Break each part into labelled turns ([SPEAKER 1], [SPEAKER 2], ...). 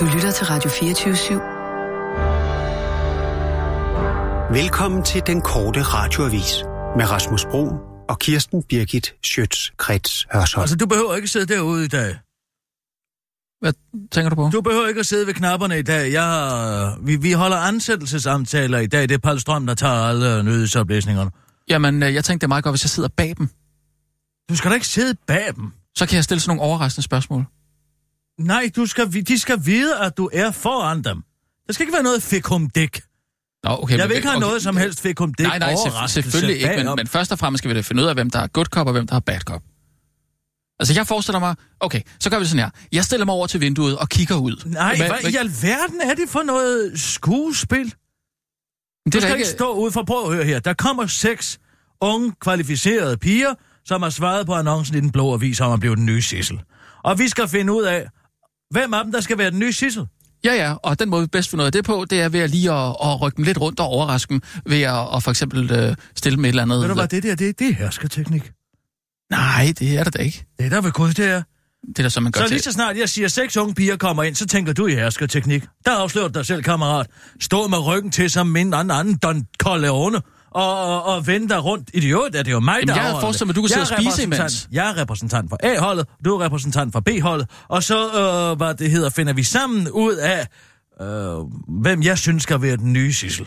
[SPEAKER 1] Du lytter til Radio 24-7.
[SPEAKER 2] Velkommen til den korte radioavis med Rasmus Bro og Kirsten Birgit Schøtz-Krets Hørsholm.
[SPEAKER 3] Altså, du behøver ikke sidde derude i dag.
[SPEAKER 4] Hvad tænker du på?
[SPEAKER 3] Du behøver ikke at sidde ved knapperne i dag. Jeg har, vi, vi holder ansættelsesamtaler i dag. Det er Pal Strøm, der tager alle nyhedsoplæsningerne.
[SPEAKER 4] Jamen, øh, jeg tænkte det er meget godt, hvis jeg sidder bag dem.
[SPEAKER 3] Du skal da ikke sidde bag dem.
[SPEAKER 4] Så kan jeg stille sådan nogle overraskende spørgsmål.
[SPEAKER 3] Nej, du skal, vi- de skal vide, at du er foran dem. Der skal ikke være noget fikum dæk.
[SPEAKER 4] Nå, okay,
[SPEAKER 3] Jeg vil
[SPEAKER 4] men-
[SPEAKER 3] ikke have
[SPEAKER 4] okay.
[SPEAKER 3] noget som helst fikum dæk
[SPEAKER 4] Nej, nej, selv-
[SPEAKER 3] overraskelse
[SPEAKER 4] selvfølgelig ikke, men,
[SPEAKER 3] bagom.
[SPEAKER 4] men først og fremmest skal vi da finde ud af, hvem der er good cop og hvem der er bad cop. Altså, jeg forestiller mig, okay, så gør vi sådan her. Jeg stiller mig over til vinduet og kigger ud.
[SPEAKER 3] Nej, hvad, hvad i alverden er det for noget skuespil?
[SPEAKER 4] det
[SPEAKER 3] Du
[SPEAKER 4] er da
[SPEAKER 3] skal
[SPEAKER 4] ikke...
[SPEAKER 3] ikke stå ud for prøv at høre her. Der kommer seks unge, kvalificerede piger, som har svaret på annoncen i den blå avis om at blive den nye Sissel. Og vi skal finde ud af, hvem af dem, der skal være den nye Sissel.
[SPEAKER 4] Ja, ja, og den måde, vi bedst finder ud af det på, det er ved at lige at, at rykke dem lidt rundt og overraske dem, ved at, at for eksempel øh, stille dem et eller andet...
[SPEAKER 3] Ved du hvad, det der, det, det er hersketeknik.
[SPEAKER 4] Nej, det er det da ikke.
[SPEAKER 3] Det er der ved Gud, det er.
[SPEAKER 4] Det er da, som man gør
[SPEAKER 3] Så
[SPEAKER 4] til.
[SPEAKER 3] lige så snart jeg siger, at seks unge piger kommer ind, så tænker du i herskerteknik. Der afslører du dig selv, kammerat. Stå med ryggen til som min anden anden Don Corleone. Og, og, og vende dig rundt. I det øvrigt er det jo mig,
[SPEAKER 4] Jamen,
[SPEAKER 3] der
[SPEAKER 4] jeg havde
[SPEAKER 3] afholder det.
[SPEAKER 4] forestillet mig, du kunne sidde
[SPEAKER 3] Jeg
[SPEAKER 4] og spise
[SPEAKER 3] er repræsentant-
[SPEAKER 4] imens.
[SPEAKER 3] Jeg er repræsentant for A-holdet, du er repræsentant for B-holdet. Og så, øh, hvad det hedder, finder vi sammen ud af, øh, hvem jeg synes skal være den nye Sissel.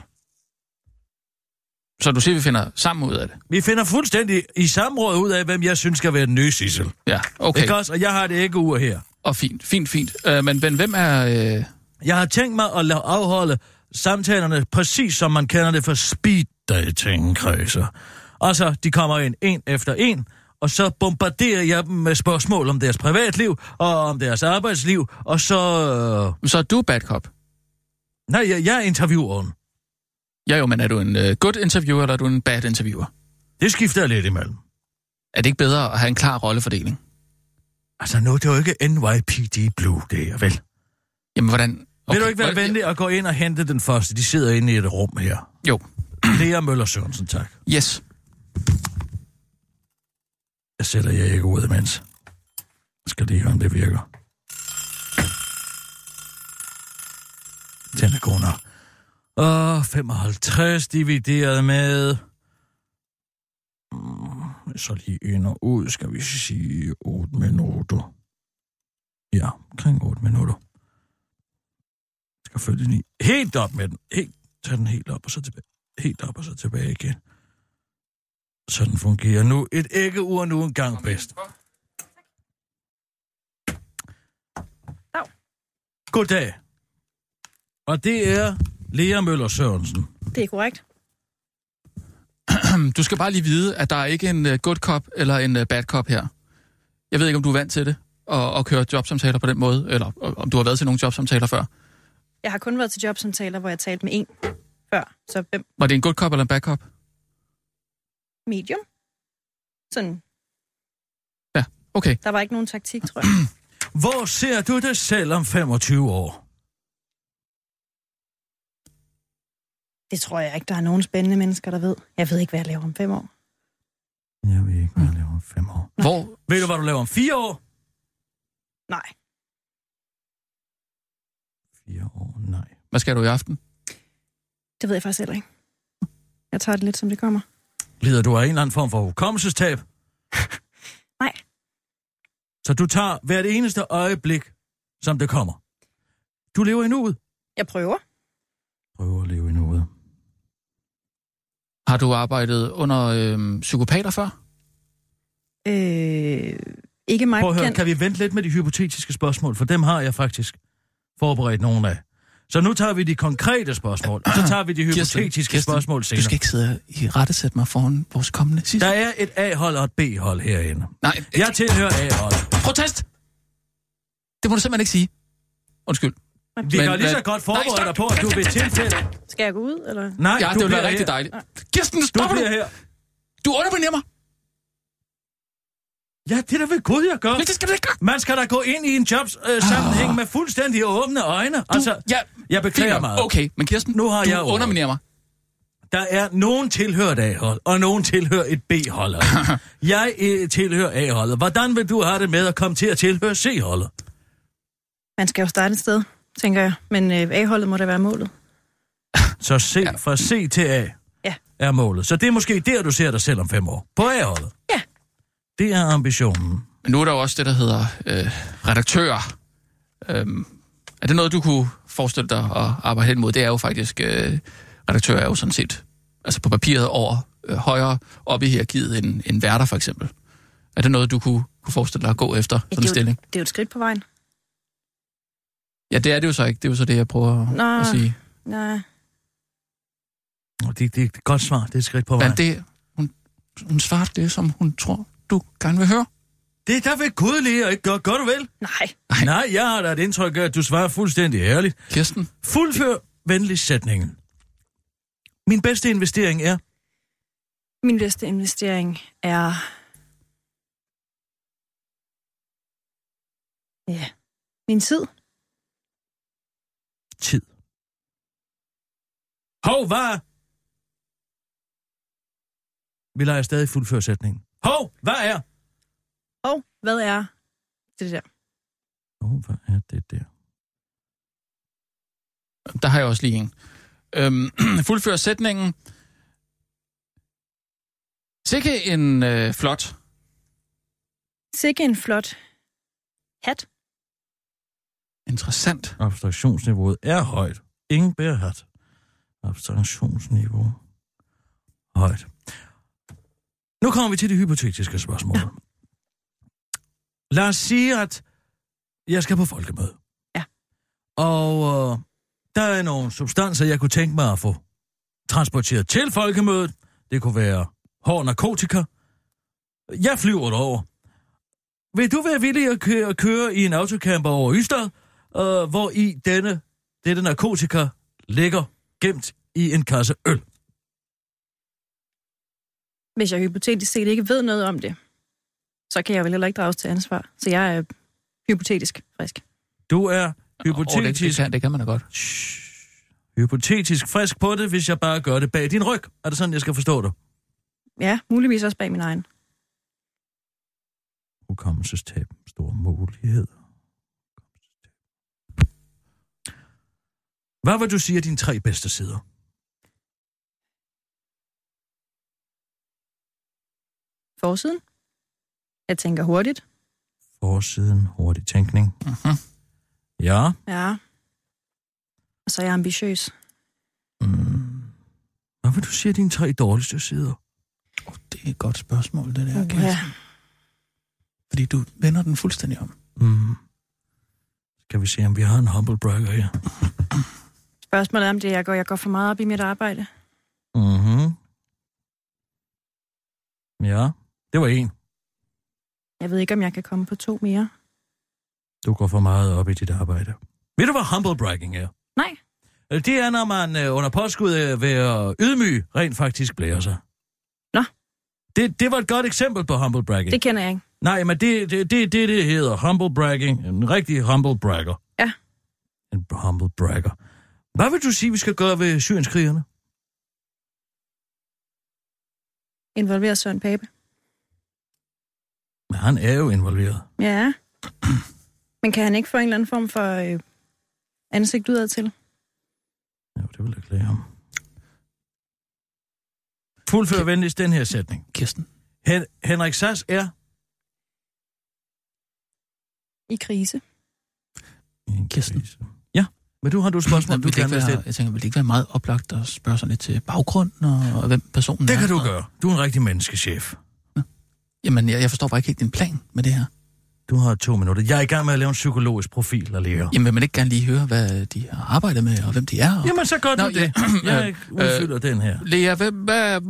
[SPEAKER 4] Så du siger, vi finder sammen ud af det.
[SPEAKER 3] Vi finder fuldstændig i samråd ud af, hvem jeg synes skal være den nye Sissel.
[SPEAKER 4] Ja,
[SPEAKER 3] Okay.
[SPEAKER 4] okay.
[SPEAKER 3] Ikke også? Og jeg har det ikke ur her.
[SPEAKER 4] Og fint, fint, fint. Øh, men, men hvem er... Øh...
[SPEAKER 3] Jeg har tænkt mig at lade afholde samtalerne præcis som man kender det fra speed dating kredser. Og så de kommer ind en efter en, og så bombarderer jeg dem med spørgsmål om deres privatliv og om deres arbejdsliv, og så... Øh,
[SPEAKER 4] Så er du bad cop.
[SPEAKER 3] nej, jeg, jeg er intervieweren.
[SPEAKER 4] Ja jo, men er du en øh, good interviewer, eller er du en bad interviewer?
[SPEAKER 3] Det skifter jeg lidt imellem.
[SPEAKER 4] Er det ikke bedre at have en klar rollefordeling?
[SPEAKER 3] Altså nu, det er jo ikke NYPD Blue, det her, vel? Okay,
[SPEAKER 4] Jamen, hvordan...
[SPEAKER 3] Vil du ikke være
[SPEAKER 4] hvordan-
[SPEAKER 3] venlig at gå ind og hente den første? De sidder inde i et rum her.
[SPEAKER 4] Jo.
[SPEAKER 3] Lea Møller Sørensen, tak.
[SPEAKER 4] Yes.
[SPEAKER 3] Jeg sætter jeg ikke ud imens. Jeg skal lige høre, om det virker. Den er god nok. Og 55 divideret med... Mm, Så lige ind og ud, skal vi sige 8 minutter. Ja, omkring 8 minutter. Jeg skal følge den i. Helt op med den. Helt, tag den helt op og så tilbage. Helt op og så tilbage igen. Sådan fungerer nu et æggeur nu engang bedst. Goddag. Og det er Lea Møller Sørensen.
[SPEAKER 5] Det er korrekt.
[SPEAKER 4] Du skal bare lige vide, at der er ikke en øh, good cop eller en øh, bad cop her. Jeg ved ikke, om du er vant til det, at, at køre jobsamtaler på den måde, eller øh, om du har været til nogle jobsamtaler før.
[SPEAKER 5] Jeg har kun været til jobsamtaler, hvor jeg talte med en før. Så hvem?
[SPEAKER 4] Var det en good cop eller en bad cop?
[SPEAKER 5] Medium. Sådan.
[SPEAKER 4] Okay.
[SPEAKER 5] Der var ikke nogen taktik, tror jeg.
[SPEAKER 3] Hvor ser du dig selv om 25 år?
[SPEAKER 5] Det tror jeg ikke, der er nogen spændende mennesker, der ved. Jeg ved ikke, hvad jeg laver om fem år.
[SPEAKER 3] Jeg ved ikke, hvad jeg laver om 5 år.
[SPEAKER 4] Hvor?
[SPEAKER 3] Ved du, hvad du laver om 4 år?
[SPEAKER 5] Nej.
[SPEAKER 3] 4 år, nej.
[SPEAKER 4] Hvad skal du i aften?
[SPEAKER 5] Det ved jeg faktisk heller ikke. Jeg tager det lidt, som det kommer.
[SPEAKER 3] Lider du af en eller anden form for hukommelsestab?
[SPEAKER 5] Nej.
[SPEAKER 3] Så du tager hvert eneste øjeblik, som det kommer. Du lever i nuet.
[SPEAKER 5] Jeg prøver.
[SPEAKER 3] Prøver at leve i nuet.
[SPEAKER 4] Har du arbejdet under øh, psykopater før?
[SPEAKER 5] Øh, ikke mig
[SPEAKER 3] Prøv at høre,
[SPEAKER 5] bekendt.
[SPEAKER 3] kan vi vente lidt med de hypotetiske spørgsmål, for dem har jeg faktisk forberedt nogle af. Så nu tager vi de konkrete spørgsmål, og så tager vi de
[SPEAKER 4] Kirsten,
[SPEAKER 3] hypotetiske
[SPEAKER 4] Kirsten,
[SPEAKER 3] spørgsmål
[SPEAKER 4] Du
[SPEAKER 3] senere.
[SPEAKER 4] skal ikke sidde i rettesæt mig foran vores kommende sidste.
[SPEAKER 3] Der er et A-hold og et B-hold herinde.
[SPEAKER 4] Nej,
[SPEAKER 3] Jeg tilhører A-holdet.
[SPEAKER 4] protest! Det må du simpelthen ikke sige. Undskyld.
[SPEAKER 3] Vi
[SPEAKER 4] Men
[SPEAKER 3] kan lige så
[SPEAKER 4] hvad-
[SPEAKER 3] godt
[SPEAKER 4] Nej,
[SPEAKER 3] forberede
[SPEAKER 4] stop!
[SPEAKER 3] dig på, at du vil tilfælde.
[SPEAKER 5] Skal jeg gå ud, eller?
[SPEAKER 3] Nej,
[SPEAKER 4] Ja,
[SPEAKER 3] du
[SPEAKER 4] det ville
[SPEAKER 3] bliver
[SPEAKER 4] være rigtig
[SPEAKER 3] her.
[SPEAKER 4] dejligt. Kirsten,
[SPEAKER 3] Du
[SPEAKER 4] stopper du?
[SPEAKER 3] bliver her.
[SPEAKER 4] Du underminerer mig.
[SPEAKER 3] Ja, det er da ved Gud, jeg gør.
[SPEAKER 4] Men det skal du ikke gøre.
[SPEAKER 3] Man skal da gå ind i en jobs øh, sammenhæng med fuldstændig åbne øjne. Altså,
[SPEAKER 4] Ah. ja,
[SPEAKER 3] jeg
[SPEAKER 4] fint
[SPEAKER 3] beklager
[SPEAKER 4] nok.
[SPEAKER 3] meget.
[SPEAKER 4] Okay, men Kirsten,
[SPEAKER 3] Nu har
[SPEAKER 4] du
[SPEAKER 3] jeg ordet.
[SPEAKER 4] underminerer mig.
[SPEAKER 3] Der er nogen tilhører et A-hold, og nogen tilhører et B-hold. Jeg øh, tilhører A-holdet. Hvordan vil du have det med at komme til at tilhøre C-holdet?
[SPEAKER 5] Man skal jo starte et sted. tænker jeg. Men øh, A-holdet må da være målet.
[SPEAKER 3] Så C,
[SPEAKER 4] Ja.
[SPEAKER 3] fra C til A
[SPEAKER 5] Ja.
[SPEAKER 3] er målet. Så det er måske der, du ser dig selv om fem år. På A-holdet.
[SPEAKER 5] Ja.
[SPEAKER 3] Det er ambitionen.
[SPEAKER 4] Men nu er der jo også det, der hedder øh, redaktører. Øhm, er det noget, du kunne forestille dig at arbejde hen mod? Det er jo faktisk, øh, redaktører er jo sådan set altså på papiret over øh, højere op i hierarkiet end, end værter for eksempel. Er det noget, du kunne, kunne forestille dig at gå efter, sådan en
[SPEAKER 5] det, er jo,
[SPEAKER 4] stilling?
[SPEAKER 5] det er jo et skridt på vejen.
[SPEAKER 4] Ja, det er det jo så ikke. Det er jo så det, jeg prøver at-
[SPEAKER 5] Nå.
[SPEAKER 4] at sige.
[SPEAKER 5] Nej.
[SPEAKER 3] Nå, Det, det er et godt svar. Det er et skridt på vejen.
[SPEAKER 4] Men det, hun, hun svarer det, som hun tror, du gerne vil høre.
[SPEAKER 3] Det er der ved Gud lige, og ikke gør, gør du vel?
[SPEAKER 5] Nej.
[SPEAKER 4] Ej.
[SPEAKER 3] Nej, jeg har da et indtryk af, at du svarer fuldstændig ærligt.
[SPEAKER 4] Kirsten,
[SPEAKER 3] Fuldfør venlig sætningen. Min bedste investering er...
[SPEAKER 5] Min bedste investering er... Ja. Min tid.
[SPEAKER 3] tid. Hov, hvad? Vi leger stadig fuldfør sætningen. Hov, hvad er?
[SPEAKER 5] Og hvad er det der?
[SPEAKER 3] Hov, hvad er det der?
[SPEAKER 4] der har jeg også lige en. Øhm, fuldfør sætningen. Sikke en øh, flot
[SPEAKER 5] Sikke en flot hat.
[SPEAKER 4] Interessant.
[SPEAKER 3] Abstraktionsniveauet er højt. Ingen bærhat. Abstraktionsniveau. Højt. Nu kommer vi til det hypotetiske spørgsmål. Ja. Lad os sige, at jeg skal på folkemøde.
[SPEAKER 5] Ja.
[SPEAKER 3] Og øh, der er nogle substanser, jeg kunne tænke mig at få transporteret til folkemødet. Det kunne være hård narkotika. Jeg flyver derover. Vil du være villig at køre, at køre i en autocamper over Ystad, øh, hvor i denne, dette narkotika ligger gemt i en kasse øl?
[SPEAKER 5] Hvis jeg hypotetisk set ikke ved noget om det, så kan jeg vel heller ikke drages til ansvar. Så jeg er hypotetisk frisk.
[SPEAKER 3] Du er
[SPEAKER 4] Åh, det, det,
[SPEAKER 3] hypotetisk,
[SPEAKER 4] kan, det kan man da godt.
[SPEAKER 3] hypotetisk frisk på det, hvis jeg bare gør det bag din ryg. Er det sådan, jeg skal forstå dig?
[SPEAKER 5] Ja, muligvis også bag min egen.
[SPEAKER 3] Hukommelsestab. Store muligheder. Hvad vil du sige er dine tre bedste sider?
[SPEAKER 5] Forsiden. Jeg tænker hurtigt.
[SPEAKER 3] Forsiden, hurtig tænkning.
[SPEAKER 4] Mhm.
[SPEAKER 3] Ja.
[SPEAKER 5] Ja. Og så er jeg ambitiøs.
[SPEAKER 3] Mm. Hvad vil du sige er dine tre dårligste sider?
[SPEAKER 4] Oh, det er et godt spørgsmål, det der,
[SPEAKER 5] Uha.
[SPEAKER 4] Kirsten. Fordi du vender den fuldstændig om.
[SPEAKER 3] Mm. Skal vi se, om vi har en humble bragger her?
[SPEAKER 5] Spørgsmålet er, om det er, jeg går, jeg går for meget op i mit arbejde.
[SPEAKER 3] Mhm. Ja, det var en.
[SPEAKER 5] Jeg ved ikke, om jeg kan komme på to mere.
[SPEAKER 3] Du går for meget op i dit arbejde. Ved du, hvad humble bragging er?
[SPEAKER 5] Nej.
[SPEAKER 3] Øh, Det er, når man øh, under påskud af at være ydmyg rent faktisk blærer sig.
[SPEAKER 5] Nå.
[SPEAKER 3] Det, det var et godt eksempel på humble bragging.
[SPEAKER 5] Det kender jeg ikke.
[SPEAKER 3] Nej, men det det, det, det, det hedder humble bragging. En rigtig humble bragger.
[SPEAKER 5] Ja.
[SPEAKER 3] En humble bragger. Hvad vil du sige, vi skal gøre ved syrienskrigerne?
[SPEAKER 5] Involverer Søren Pape.
[SPEAKER 3] Men han er jo involveret.
[SPEAKER 5] Ja. Men kan han ikke få en eller anden form for øh, ansigt udad til?
[SPEAKER 3] Jo, det vil jeg klæde ham. Fuldfør venligst den her sætning.
[SPEAKER 4] Kirsten,
[SPEAKER 3] Hen- Henrik Sass er...
[SPEAKER 5] I krise.
[SPEAKER 4] Kirsten.
[SPEAKER 3] Ja, men du har du et spørgsmål,
[SPEAKER 4] Jamen,
[SPEAKER 3] du
[SPEAKER 4] vil det
[SPEAKER 3] gerne vil
[SPEAKER 4] ikke være,
[SPEAKER 3] stille.
[SPEAKER 4] jeg tænker, vil det ikke være meget oplagt at spørge sådan lidt til baggrunden og, og hvem personen
[SPEAKER 3] Det
[SPEAKER 4] er?
[SPEAKER 3] kan du
[SPEAKER 4] Og-
[SPEAKER 3] gøre. Du er en rigtig menneskechef.
[SPEAKER 4] Jamen, jeg, jeg forstår bare ikke helt din plan med det her.
[SPEAKER 3] Du har to minutter. Jeg er i gang med at lave en psykologisk profil af læger.
[SPEAKER 4] Jamen, vil man ikke gerne lige høre, hvad de har arbejdet med, og hvem de er? Og...
[SPEAKER 3] Jamen, så gør du
[SPEAKER 4] Nå,
[SPEAKER 3] det.
[SPEAKER 4] ja. Øh.
[SPEAKER 3] Jeg udfylder den her.
[SPEAKER 4] Lea, hvad, hvad,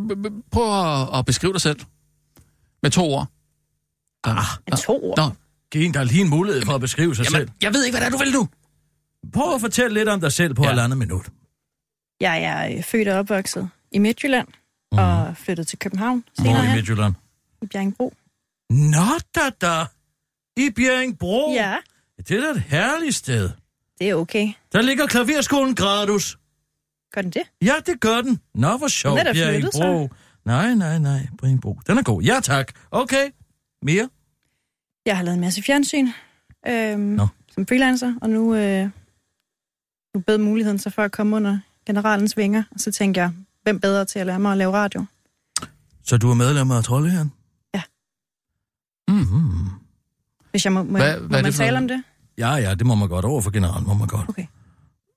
[SPEAKER 4] prøv at, at beskrive dig selv med to ord. Ah,
[SPEAKER 5] To ord.
[SPEAKER 4] Nå,
[SPEAKER 3] Giv en, der er lige en mulighed for at beskrive sig selv.
[SPEAKER 4] jamen, jeg ved ikke, hvad det er, du vil nu.
[SPEAKER 3] Prøv at fortælle lidt om dig selv på
[SPEAKER 4] Ja.
[SPEAKER 3] ja. et andet minut.
[SPEAKER 5] Jeg er øh, født og opvokset i Midtjylland
[SPEAKER 4] Mhm.
[SPEAKER 5] mm. og flyttet til København
[SPEAKER 3] Hvor
[SPEAKER 5] senere
[SPEAKER 3] i
[SPEAKER 5] hen
[SPEAKER 3] Midtjylland?
[SPEAKER 5] i Bjerringbro.
[SPEAKER 3] Nå da da! I
[SPEAKER 4] Oh.
[SPEAKER 3] Bjerringbro!
[SPEAKER 5] Ja,
[SPEAKER 3] Det er da et herligt sted.
[SPEAKER 5] det er okay.
[SPEAKER 3] Der ligger klaverskolen Gradus.
[SPEAKER 5] Gør den det?
[SPEAKER 3] Ja, det gør den. Nå, hvor sjovt.
[SPEAKER 5] Den er da
[SPEAKER 3] Bjerringbro.
[SPEAKER 5] flyttet, så.
[SPEAKER 3] Nej, nej, nej. Bjerringbro. Den er god. Ja, tak. Okay. Mere?
[SPEAKER 5] Jeg har lavet en masse fjernsyn øhm,
[SPEAKER 3] Nå.
[SPEAKER 5] som freelancer, og nu øh, du bed muligheden så for at komme under generalens vinger, og så tænkte jeg, hvem bedre til at lære mig at lave radio?
[SPEAKER 3] Så du er medlem af Troldehæren?
[SPEAKER 5] Ja.
[SPEAKER 3] Mm-hmm.
[SPEAKER 5] Hvis jeg må, må,
[SPEAKER 4] Hvad-
[SPEAKER 5] hvad, må
[SPEAKER 4] hvad er det
[SPEAKER 5] man
[SPEAKER 4] for
[SPEAKER 5] tale
[SPEAKER 4] noget?
[SPEAKER 5] om det?
[SPEAKER 3] Ja, ja, det må man godt. Over for generalen må man godt.
[SPEAKER 5] Okay.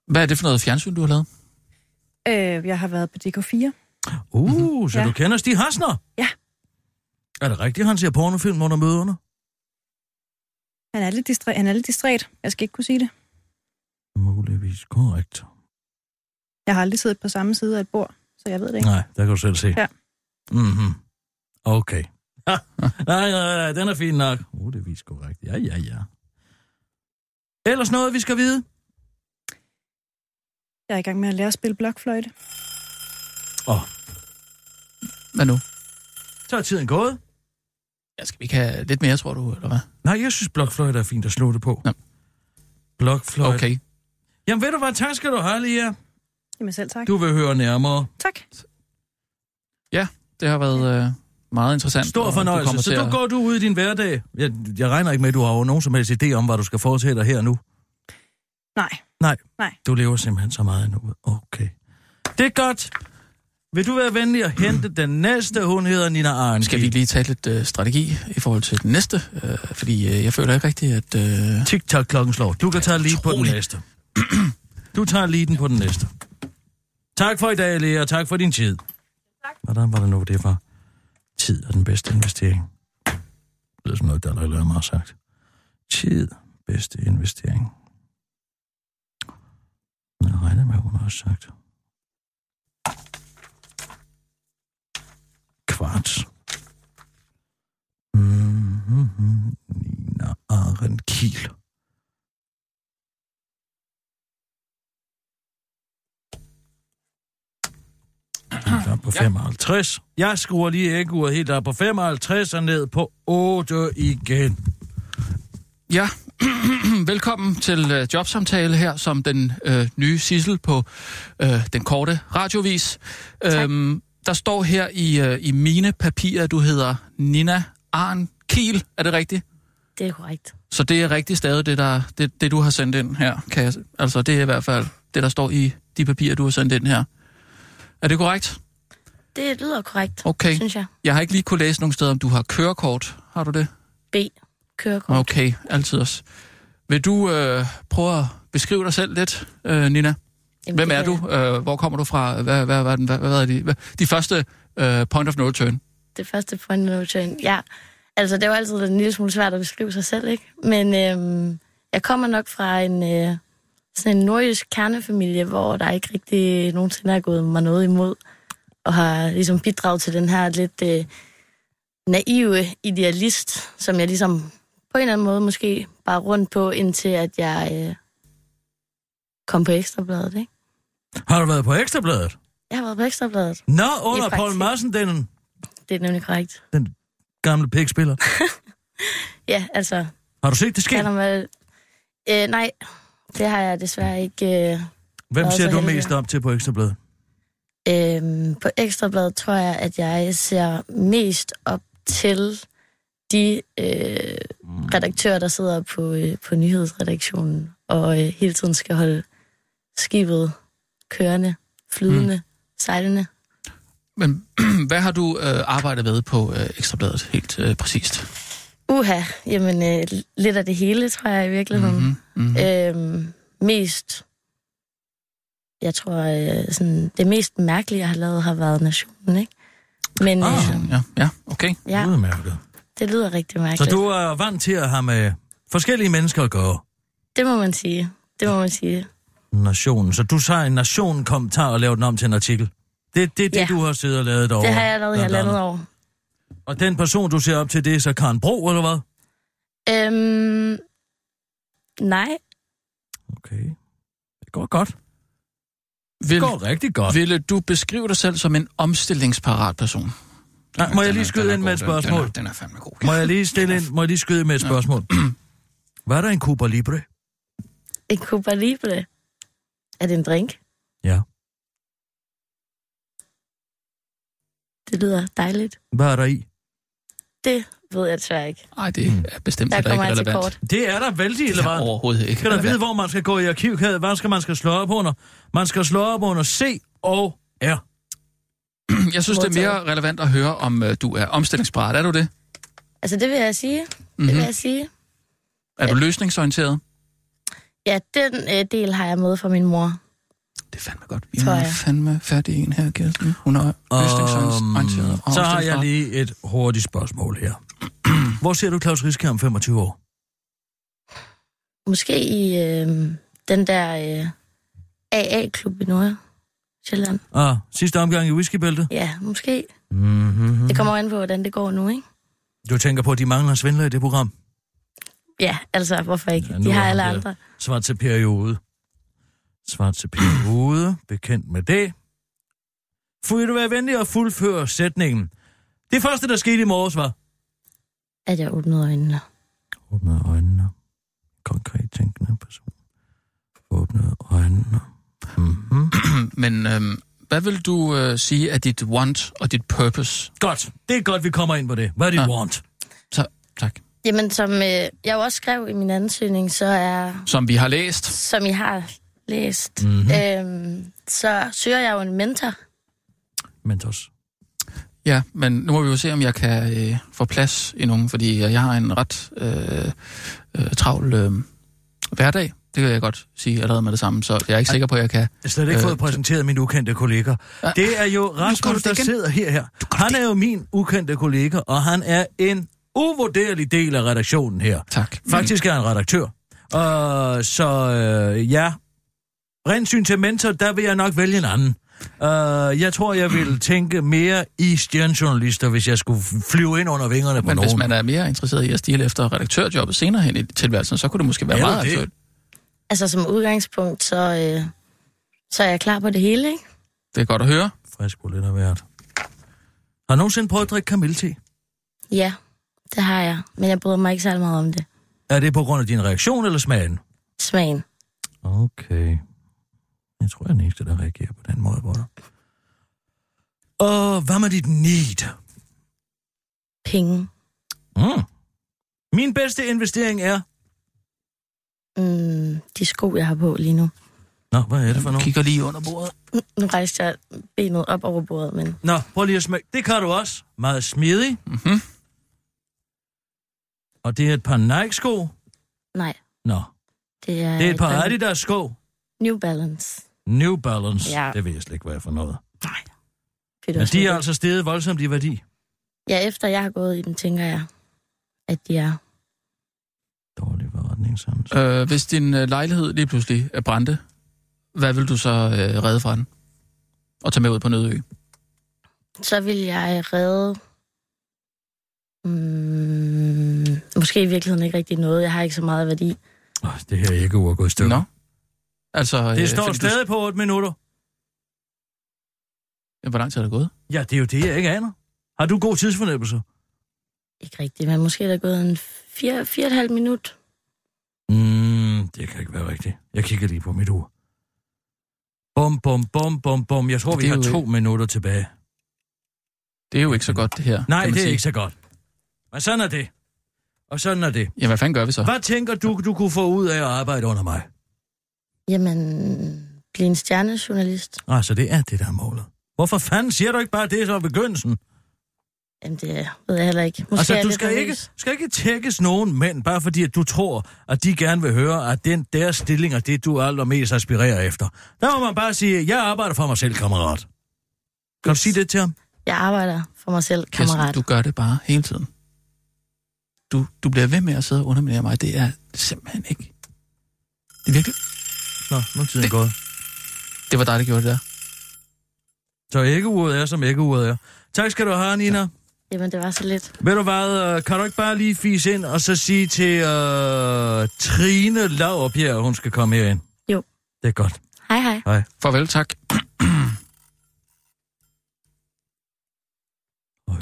[SPEAKER 4] Hvad er det for noget fjernsyn, du har lavet?
[SPEAKER 5] Øh, jeg har været på DK4.
[SPEAKER 3] Uh, mm-hmm. så ja.
[SPEAKER 5] Ja.
[SPEAKER 3] du kender Stig Hasner?
[SPEAKER 5] Ja.
[SPEAKER 3] Er det rigtigt, han ser pornofilm under møderne?
[SPEAKER 5] Han er lidt, distra- han er lidt distræt. Jeg skal ikke kunne sige det.
[SPEAKER 3] Muligvis korrekt.
[SPEAKER 5] Jeg har aldrig siddet på samme side af et bord, så jeg ved det ikke.
[SPEAKER 3] Nej, der kan du selv se.
[SPEAKER 5] Ja.
[SPEAKER 3] Mm-hmm. Okay. Ha, nej, nej, nej, den er fin nok. Uh, det er vist korrekt. Ja, ja, ja. Ellers noget, vi skal vide?
[SPEAKER 5] Jeg er i gang med at lære at spille blokfløjte.
[SPEAKER 3] Åh, oh,
[SPEAKER 4] Hvad nu?
[SPEAKER 3] så er tiden gået.
[SPEAKER 4] Jeg skal vi ikke have lidt mere, tror du, eller hvad?
[SPEAKER 3] Nej, jeg synes blokfløjte er fint at slå det på.
[SPEAKER 4] Nå.
[SPEAKER 3] Blokfløjte.
[SPEAKER 4] Okay.
[SPEAKER 3] Jamen ved du hvad, tak skal du have, Lia.
[SPEAKER 5] Jamen selv tak.
[SPEAKER 3] Du vil høre nærmere.
[SPEAKER 5] Tak.
[SPEAKER 4] Det har været øh, meget interessant. og
[SPEAKER 3] Stor
[SPEAKER 4] du kommer
[SPEAKER 3] fornøjelse.
[SPEAKER 4] til
[SPEAKER 3] Så
[SPEAKER 4] at-
[SPEAKER 3] du går du ud i din hverdag. Jeg, jeg regner ikke med, at du har jo nogen som helst idé om, hvad du skal foretage dig her og nu.
[SPEAKER 5] Nej.
[SPEAKER 3] Du lever simpelthen så meget nu. Okay. Det er godt. Vil du være venlig at hente den næste? Hun hedder Nina Arndt.
[SPEAKER 4] Skal vi lige tale lidt øh, strategi i forhold til den næste? Øh, fordi øh, jeg føler ikke rigtigt, at... Øh...
[SPEAKER 3] TikTok klokken slår. Du kan tage lige på den
[SPEAKER 4] utroligt.
[SPEAKER 3] næste. Du tager lige den på den næste. Tak for i dag, Lea, og tak for din tid. Tak. Hvordan var det nu, det var? Tid er den bedste investering. Det lyder som noget, der allerede har sagt. Tid, bedste investering. Men jeg regner med, hun har også sagt. Kvarts. Mm-hmm. Nina Arendt Kiel. Helt op på 55. Jeg skruer lige æggeuret helt op på 55 og ned på 8 igen.
[SPEAKER 4] Ja, velkommen til øh, jobsamtale her som den øh, nye Sissel på øh, den korte radiovis. Øhm, der står her i, øh, i mine papirer, at du hedder Nina Arn Kiel. Er det rigtigt?
[SPEAKER 6] Det er korrekt.
[SPEAKER 4] Så det er rigtigt stadig det, der, det, det du har sendt ind her. Kan jeg, altså det er i hvert fald det, der står i de papirer, du har sendt ind her. Er det korrekt?
[SPEAKER 6] Det lyder korrekt,
[SPEAKER 4] Okay.
[SPEAKER 6] synes jeg.
[SPEAKER 4] Jeg har ikke lige kunne læse nogen steder, om du har kørekort. Har du det?
[SPEAKER 6] B. Kørekort. Okay.
[SPEAKER 4] Okay, altid også. Vil du øh, prøve at beskrive dig selv lidt, øh, Nina?
[SPEAKER 6] Jamen,
[SPEAKER 4] Hvem
[SPEAKER 6] det
[SPEAKER 4] er du? Øh, hvor kommer du fra? Hvad, hvad, hvad, hvad, hvad er de, hvad, de første øh, point of no return?
[SPEAKER 6] Det første point of no return. Ja, altså det er jo altid en lille smule svært at beskrive sig selv, ikke? Men øhm, jeg kommer nok fra en, øh, sådan en nordjysk kernefamilie, hvor der ikke rigtig nogensinde er gået mig noget imod, og har ligesom bidraget til den her lidt øh, naive idealist, som jeg ligesom på en eller anden måde måske bare rundt på, indtil at jeg øh, kom på Ekstrabladet, ikke?
[SPEAKER 3] Har du været på Ekstrabladet?
[SPEAKER 6] Jeg har været på Ekstrabladet.
[SPEAKER 3] Nå, under
[SPEAKER 6] I praktik.
[SPEAKER 3] Paul Madsen, den
[SPEAKER 6] Det er nemlig korrekt.
[SPEAKER 3] gamle pikspiller.
[SPEAKER 6] Ja, altså,
[SPEAKER 3] Har du set det ske?
[SPEAKER 6] kan der vel... Øh, nej, det har jeg desværre ikke. Øh,
[SPEAKER 3] Hvem
[SPEAKER 6] Nå,
[SPEAKER 3] ser
[SPEAKER 6] så
[SPEAKER 3] du
[SPEAKER 6] heldig,
[SPEAKER 3] mest
[SPEAKER 6] ja.
[SPEAKER 3] op til på Ekstrabladet?
[SPEAKER 6] øh, på Ekstrabladet tror jeg, at jeg ser mest op til de øh, redaktører, der sidder på, øh, på nyhedsredaktionen og øh, hele tiden skal holde skibet kørende, flydende, mm. sejlende.
[SPEAKER 4] Men hvad har du øh, arbejdet med på øh, Ekstrabladet helt øh, præcist?
[SPEAKER 6] Uha, jamen øh, lidt af det hele, tror jeg i virkeligheden. Mm-hmm.
[SPEAKER 4] Mm-hmm.
[SPEAKER 6] Øhm, mest... Jeg tror, øh, sådan, det mest mærkelige, jeg har lavet, har været Nationen, ikke? Men
[SPEAKER 3] Ah.
[SPEAKER 6] ah.
[SPEAKER 4] Ja, ja, okay.
[SPEAKER 6] ja,
[SPEAKER 3] Udmærket.
[SPEAKER 6] det lyder rigtig
[SPEAKER 3] Så
[SPEAKER 6] mærkeligt.
[SPEAKER 3] du er vant til at have med forskellige mennesker at gøre.
[SPEAKER 6] Det må man sige. Det må man sige.
[SPEAKER 3] Nationen. Så du tager en nation-kommentar og laver den om til en artikel. Det er det, det
[SPEAKER 6] Ja.
[SPEAKER 3] du har siddet og lavet derovre.
[SPEAKER 6] det har jeg lavet i
[SPEAKER 3] blandt
[SPEAKER 6] halvandet
[SPEAKER 3] andet.
[SPEAKER 6] år.
[SPEAKER 3] Og den person, du ser op til, det er så Karen Bro, eller hvad?
[SPEAKER 6] Øhm, nej,
[SPEAKER 3] Okay. Det går godt. Det
[SPEAKER 4] Vil,
[SPEAKER 3] går rigtig godt.
[SPEAKER 4] ville du beskrive dig selv som en omstillingsparat person? Den
[SPEAKER 3] Nej,
[SPEAKER 4] er-
[SPEAKER 3] må jeg
[SPEAKER 4] den
[SPEAKER 3] lige
[SPEAKER 4] er- den
[SPEAKER 3] skyde
[SPEAKER 4] er
[SPEAKER 3] ind med et
[SPEAKER 4] god, den- Den
[SPEAKER 3] spørgsmål?
[SPEAKER 4] er, den er fandme god.
[SPEAKER 3] Må jeg lige stille ind, må jeg lige skyde med et spørgsmål? Var der en Cuba Libre?
[SPEAKER 6] en Cuba Libre. Er det en drink?
[SPEAKER 3] Ja.
[SPEAKER 6] Det lyder dejligt.
[SPEAKER 3] Hvad er der i?
[SPEAKER 6] Det ved jeg desværre ikke.
[SPEAKER 4] Nej, det er bestemt
[SPEAKER 6] Mm. Der
[SPEAKER 4] heller
[SPEAKER 6] kommer
[SPEAKER 4] ikke
[SPEAKER 6] jeg til
[SPEAKER 4] relevant.
[SPEAKER 6] kort.
[SPEAKER 3] Det er der vældig, eller
[SPEAKER 4] Ja,
[SPEAKER 3] hvad?
[SPEAKER 4] Overhovedet ikke.
[SPEAKER 3] Kan der vide,
[SPEAKER 4] relevant.
[SPEAKER 3] hvor man skal gå i arkivkædet? Hvad skal man skal slå op under? Man skal slå op under C og R.
[SPEAKER 4] Jeg synes, det er mere relevant at høre, om øh, du er omstillingsparat. Er du det? Mhm.
[SPEAKER 6] Altså, det vil jeg sige. Mm-hmm. Det vil jeg sige.
[SPEAKER 4] Er du løsningsorienteret?
[SPEAKER 6] Ja, den øh, del har jeg med fra min mor.
[SPEAKER 4] Det er fandme godt. Vi
[SPEAKER 6] Tror
[SPEAKER 4] er
[SPEAKER 6] jeg.
[SPEAKER 4] fandme færdig en her, Kirsten. Hun er løsningsorienteret.
[SPEAKER 3] Øhm,
[SPEAKER 4] og
[SPEAKER 3] så har jeg
[SPEAKER 4] omstillingsparat.
[SPEAKER 3] lige et hurtigt spørgsmål her. Hvor ser du Claus Riske om 25 år?
[SPEAKER 6] Måske i øh, den der øh, AA-klub i Nordsjælland.
[SPEAKER 3] Ah, sidste omgang i whiskybæltet?
[SPEAKER 6] Ja, måske.
[SPEAKER 3] Mm-hmm.
[SPEAKER 6] Det kommer jo an på, hvordan det går nu, ikke?
[SPEAKER 3] Du tænker på, at de mangler svindler i det program?
[SPEAKER 6] Ja, altså, hvorfor ikke?
[SPEAKER 3] Ja,
[SPEAKER 6] Ja,
[SPEAKER 3] nu
[SPEAKER 6] de
[SPEAKER 3] er
[SPEAKER 6] har
[SPEAKER 3] han
[SPEAKER 6] alle
[SPEAKER 3] der.
[SPEAKER 6] andre.
[SPEAKER 3] Svart til periode. Svart til periode. Bekendt med det. Vil du være venlig at fuldføre sætningen? Det første, der skete i morges, var...
[SPEAKER 6] At jeg åbnede øjnene.
[SPEAKER 3] Åbnede øjnene. Konkret tænkende person. Åbnede øjnene. Mm-hmm.
[SPEAKER 4] Men øhm, hvad vil du øh, sige er dit want og dit purpose?
[SPEAKER 3] Godt. Det er godt, vi kommer ind på det. Hvad er dit
[SPEAKER 4] Ja.
[SPEAKER 3] ja. want?
[SPEAKER 4] Så, tak.
[SPEAKER 6] Jamen, som øh, jeg jo også skrev i min ansøgning, så er,
[SPEAKER 4] Som vi har læst.
[SPEAKER 6] som I har læst,
[SPEAKER 3] Mhm.
[SPEAKER 6] mm-hmm. øhm, så søger jeg jo en mentor.
[SPEAKER 3] Mentos.
[SPEAKER 4] Ja, men nu må vi jo se, om jeg kan øh, få plads i nogen, fordi øh, jeg har en ret øh, øh, travl øh, hverdag. Det kan jeg godt sige allerede med det samme, så jeg er ikke sikker på, at jeg kan...
[SPEAKER 3] Jeg har slet ikke øh,
[SPEAKER 4] Øh,
[SPEAKER 3] fået præsenteret mine ukendte kolleger. Det er jo
[SPEAKER 4] gør du
[SPEAKER 3] Rasmus,
[SPEAKER 4] det
[SPEAKER 3] der
[SPEAKER 4] igen.
[SPEAKER 3] sidder her. her. Han er jo min ukendte kollega, og han er en uvurderlig del af redaktionen her.
[SPEAKER 4] Tak.
[SPEAKER 3] Faktisk er han redaktør. Uh, så uh, ja, rent syn til mentor, der vil jeg nok vælge en anden. Uh, jeg tror, jeg ville tænke mere i stjernejournalister, hvis jeg skulle flyve ind under vingerne på
[SPEAKER 4] Men hvis
[SPEAKER 3] nogen.
[SPEAKER 4] man er mere interesseret i at stile efter redaktørjobbet senere hen i tilværelsen, så kunne det måske være
[SPEAKER 3] Er du
[SPEAKER 4] meget
[SPEAKER 3] det?
[SPEAKER 4] aktuelt.
[SPEAKER 6] Altså, som udgangspunkt, så, øh, så er jeg klar på det hele, ikke?
[SPEAKER 4] Det er godt at høre.
[SPEAKER 3] Frisk på lidt af hvert. Har du nogensinde prøvet at drikke kamille
[SPEAKER 6] Ja, det har jeg. Men jeg bryder mig ikke særlig meget om det.
[SPEAKER 3] Er det på grund af din reaktion eller smagen?
[SPEAKER 6] Smagen.
[SPEAKER 3] Okay. Jeg tror, jeg er den eneste, der reagerer på den måde på dig. Og hvad med dit need?
[SPEAKER 6] Penge.
[SPEAKER 3] Mm. Min bedste investering er...
[SPEAKER 6] Mm, de sko, jeg har på lige nu.
[SPEAKER 3] Nå, hvad er det for
[SPEAKER 4] Jeg
[SPEAKER 3] nogen?
[SPEAKER 4] Kigger lige under bordet.
[SPEAKER 6] Nu rejste jeg benet op over bordet, men
[SPEAKER 3] Nå, prøv lige at smage. Det kan du også. Meget smidig.
[SPEAKER 4] Mm-hmm.
[SPEAKER 3] Og det er et par Nike-sko.
[SPEAKER 6] nej.
[SPEAKER 3] Nå,
[SPEAKER 6] Det er,
[SPEAKER 3] det er et par
[SPEAKER 6] New-
[SPEAKER 3] Adidas-sko.
[SPEAKER 6] New Balance.
[SPEAKER 3] New Balance.
[SPEAKER 6] Ja.
[SPEAKER 3] Det ved jeg slet ikke, hvad er for noget.
[SPEAKER 6] Fedt
[SPEAKER 3] Men
[SPEAKER 6] også
[SPEAKER 3] de
[SPEAKER 6] med
[SPEAKER 3] er
[SPEAKER 6] det.
[SPEAKER 3] altså steget voldsomt i værdi.
[SPEAKER 6] Ja, efter jeg har gået i dem, tænker jeg, at de er...
[SPEAKER 3] Dårlig forretningssans.
[SPEAKER 4] Øh, hvis din øh, lejlighed lige pludselig er brændte, hvad vil du så øh, redde fra den? Og tage med ud på Nødø?
[SPEAKER 6] Så vil jeg redde... Mm, måske i virkeligheden ikke rigtig noget. Jeg har ikke så meget værdi.
[SPEAKER 3] Øh, det her ikke er gået i stykker.
[SPEAKER 4] Nå. Altså,
[SPEAKER 3] Det står
[SPEAKER 4] fordi du-
[SPEAKER 3] stadig på 8 minutter.
[SPEAKER 4] Ja, Hvor lang tid er det gået?
[SPEAKER 3] Ja, det er jo det, jeg ikke aner. Har du god tidsfornemmelse?
[SPEAKER 6] Ikke rigtigt, men måske er der gået en 4,5 minut.
[SPEAKER 3] Mm, det kan ikke være rigtigt. Jeg kigger lige på mit ur. Bum, bum, bum, bum, bum. Jeg tror,
[SPEAKER 4] Det
[SPEAKER 3] vi
[SPEAKER 4] er
[SPEAKER 3] har
[SPEAKER 4] jo
[SPEAKER 3] to
[SPEAKER 4] ikke-
[SPEAKER 3] minutter tilbage.
[SPEAKER 4] Det er jo ikke så godt, det her.
[SPEAKER 3] Nej,
[SPEAKER 4] kan man
[SPEAKER 3] det er
[SPEAKER 4] sige.
[SPEAKER 3] ikke så godt. Men sådan er det. Og sådan er det.
[SPEAKER 4] Jamen, hvad fanden gør vi så?
[SPEAKER 3] Hvad tænker du, du kunne få ud af at arbejde under mig?
[SPEAKER 6] Jamen, blive en stjernejournalist.
[SPEAKER 3] Ah, så det er det, der er målet. Hvorfor fanden siger du ikke bare det så i begyndelsen?
[SPEAKER 6] Jamen, det ved jeg heller ikke. Måske er
[SPEAKER 3] Altså,
[SPEAKER 6] jeg
[SPEAKER 3] du
[SPEAKER 6] lidt
[SPEAKER 3] skal ikke,
[SPEAKER 6] nervøs.
[SPEAKER 3] skal ikke tækkes nogen mænd, bare fordi at du tror, at de gerne vil høre, at den deres stilling er det, du allermest aspirerer efter. Der må man bare sige, jeg arbejder for mig selv, kammerat. Kan du sige det til ham?
[SPEAKER 6] Jeg arbejder for mig selv,
[SPEAKER 4] Kirsten,
[SPEAKER 6] kammerat.
[SPEAKER 4] du gør det bare hele tiden. Du, du bliver ved med at sidde og underminere mig. Det er simpelthen ikke... Det, er virkelig...
[SPEAKER 3] Nå, nu er tiden
[SPEAKER 4] Det-
[SPEAKER 3] gået.
[SPEAKER 4] det var dig, der gjorde det der.
[SPEAKER 3] Så æggeuret er, som æggeuret er. Tak skal du have, Nina. Ja.
[SPEAKER 6] Jamen, det var så lidt.
[SPEAKER 3] Ved du hvad, øh, kan du ikke bare lige fise ind og så sige til øh, Trine Laurup her, at hun skal komme herind?
[SPEAKER 6] Jo.
[SPEAKER 3] Det er godt.
[SPEAKER 6] Hej, hej.
[SPEAKER 4] Farvel, tak.
[SPEAKER 3] Øj,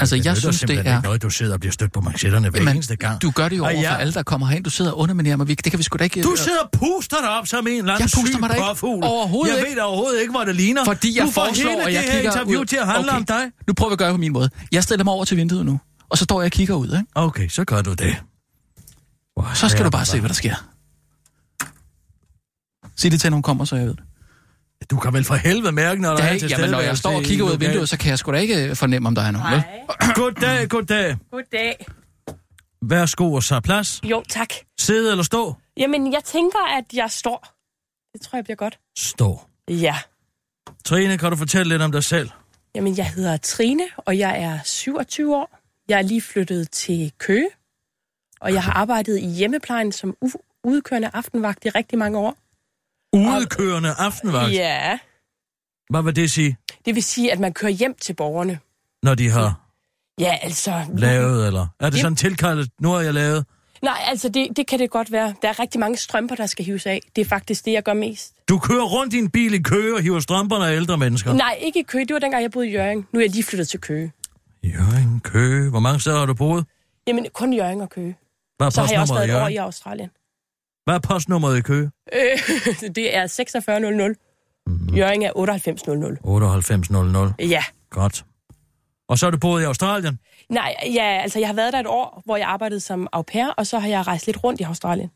[SPEAKER 4] Altså, jeg
[SPEAKER 3] nytter
[SPEAKER 4] synes, det
[SPEAKER 3] simpelthen
[SPEAKER 4] er-
[SPEAKER 3] ikke noget, du sidder og bliver stødt på manchetterne hver
[SPEAKER 4] Jamen,
[SPEAKER 3] eneste gang.
[SPEAKER 4] Du gør det jo
[SPEAKER 3] Og
[SPEAKER 4] over for
[SPEAKER 3] jeg-
[SPEAKER 4] alle, der kommer herind. Du sidder og underminerer mig. Vi- Det kan vi sgu da ikke... øh,
[SPEAKER 3] Du sidder og puster dig op som en eller anden
[SPEAKER 4] Jeg puster
[SPEAKER 3] syg
[SPEAKER 4] mig da ikke.
[SPEAKER 3] påfugl.
[SPEAKER 4] Overhovedet
[SPEAKER 3] Jeg
[SPEAKER 4] ikke.
[SPEAKER 3] ved da overhovedet ikke, hvor det ligner.
[SPEAKER 4] Fordi jeg
[SPEAKER 3] du får
[SPEAKER 4] foreslår,
[SPEAKER 3] hele
[SPEAKER 4] at jeg
[SPEAKER 3] det her
[SPEAKER 4] kigger
[SPEAKER 3] interview
[SPEAKER 4] ud.
[SPEAKER 3] til at handle
[SPEAKER 4] Okay.
[SPEAKER 3] om dig.
[SPEAKER 4] Nu prøver vi at gøre det på min måde. Jeg stiller mig over til vinduet nu, og så står jeg og kigger ud, ikke?
[SPEAKER 3] Okay, så gør du det. Wow,
[SPEAKER 4] Så skal du bare se, hvad der sker. Sig det til, når hun kommer, så jeg ved det.
[SPEAKER 3] Du kan vel for helvede mærke, når der er
[SPEAKER 4] Ja,
[SPEAKER 3] til
[SPEAKER 4] jamen, når jeg står og kigger ud af vinduet, så kan jeg sgu da ikke øh, fornemme, om der er nogen. vel?
[SPEAKER 3] Goddag, goddag.
[SPEAKER 7] Goddag.
[SPEAKER 3] Værsgo og så plads.
[SPEAKER 7] Jo, tak.
[SPEAKER 3] Sidde eller stå?
[SPEAKER 7] Jamen, jeg tænker, at jeg står. Det tror jeg bliver godt.
[SPEAKER 3] Stå.
[SPEAKER 7] Ja.
[SPEAKER 3] Trine, kan du fortælle lidt om dig selv?
[SPEAKER 7] Jamen, jeg hedder Trine, og jeg er 27 år. Jeg er lige flyttet til Køge, og jeg har arbejdet i hjemmeplejen som u- udkørende aftenvagt i rigtig mange år.
[SPEAKER 3] Udekørende aftenvagt. Yeah.
[SPEAKER 7] Ja.
[SPEAKER 3] Hvad vil det sige,
[SPEAKER 7] Det vil sige, at man kører hjem til borgerne.
[SPEAKER 3] når de har
[SPEAKER 7] Ja, altså...
[SPEAKER 3] lavet, eller? Er det
[SPEAKER 7] Yep.
[SPEAKER 3] sådan tilkaldet, nu har jeg lavet?
[SPEAKER 7] Nej, altså, det, det kan det godt være. Der er rigtig mange strømper, der skal hives af. Det er faktisk det, jeg gør mest.
[SPEAKER 3] Du kører rundt i en bil i kø og hiver strømperne af ældre mennesker.
[SPEAKER 7] Nej, ikke i Køge. Det var dengang, jeg boede i Jørgen. Nu er jeg lige flyttet til Køge.
[SPEAKER 3] Jørgen, kø. Hvor mange steder har du boet?
[SPEAKER 7] Jamen, kun Jørgen og Køge.
[SPEAKER 3] Hvad er
[SPEAKER 7] Så har jeg også
[SPEAKER 3] postnummeret i
[SPEAKER 7] været et år i
[SPEAKER 3] Jørgen?
[SPEAKER 7] Australien.
[SPEAKER 3] Hvad er postnummeret i kø?
[SPEAKER 7] Øh, det er 46.00.
[SPEAKER 3] Mhm.
[SPEAKER 7] Mm. Jørgen er 98.00.
[SPEAKER 3] 9800.
[SPEAKER 7] Ja.
[SPEAKER 3] Godt. Og så har du boet i Australien?
[SPEAKER 7] Nej, ja, altså jeg har været der et år, hvor jeg arbejdede som au pair, og så har jeg rejst lidt rundt i Australien.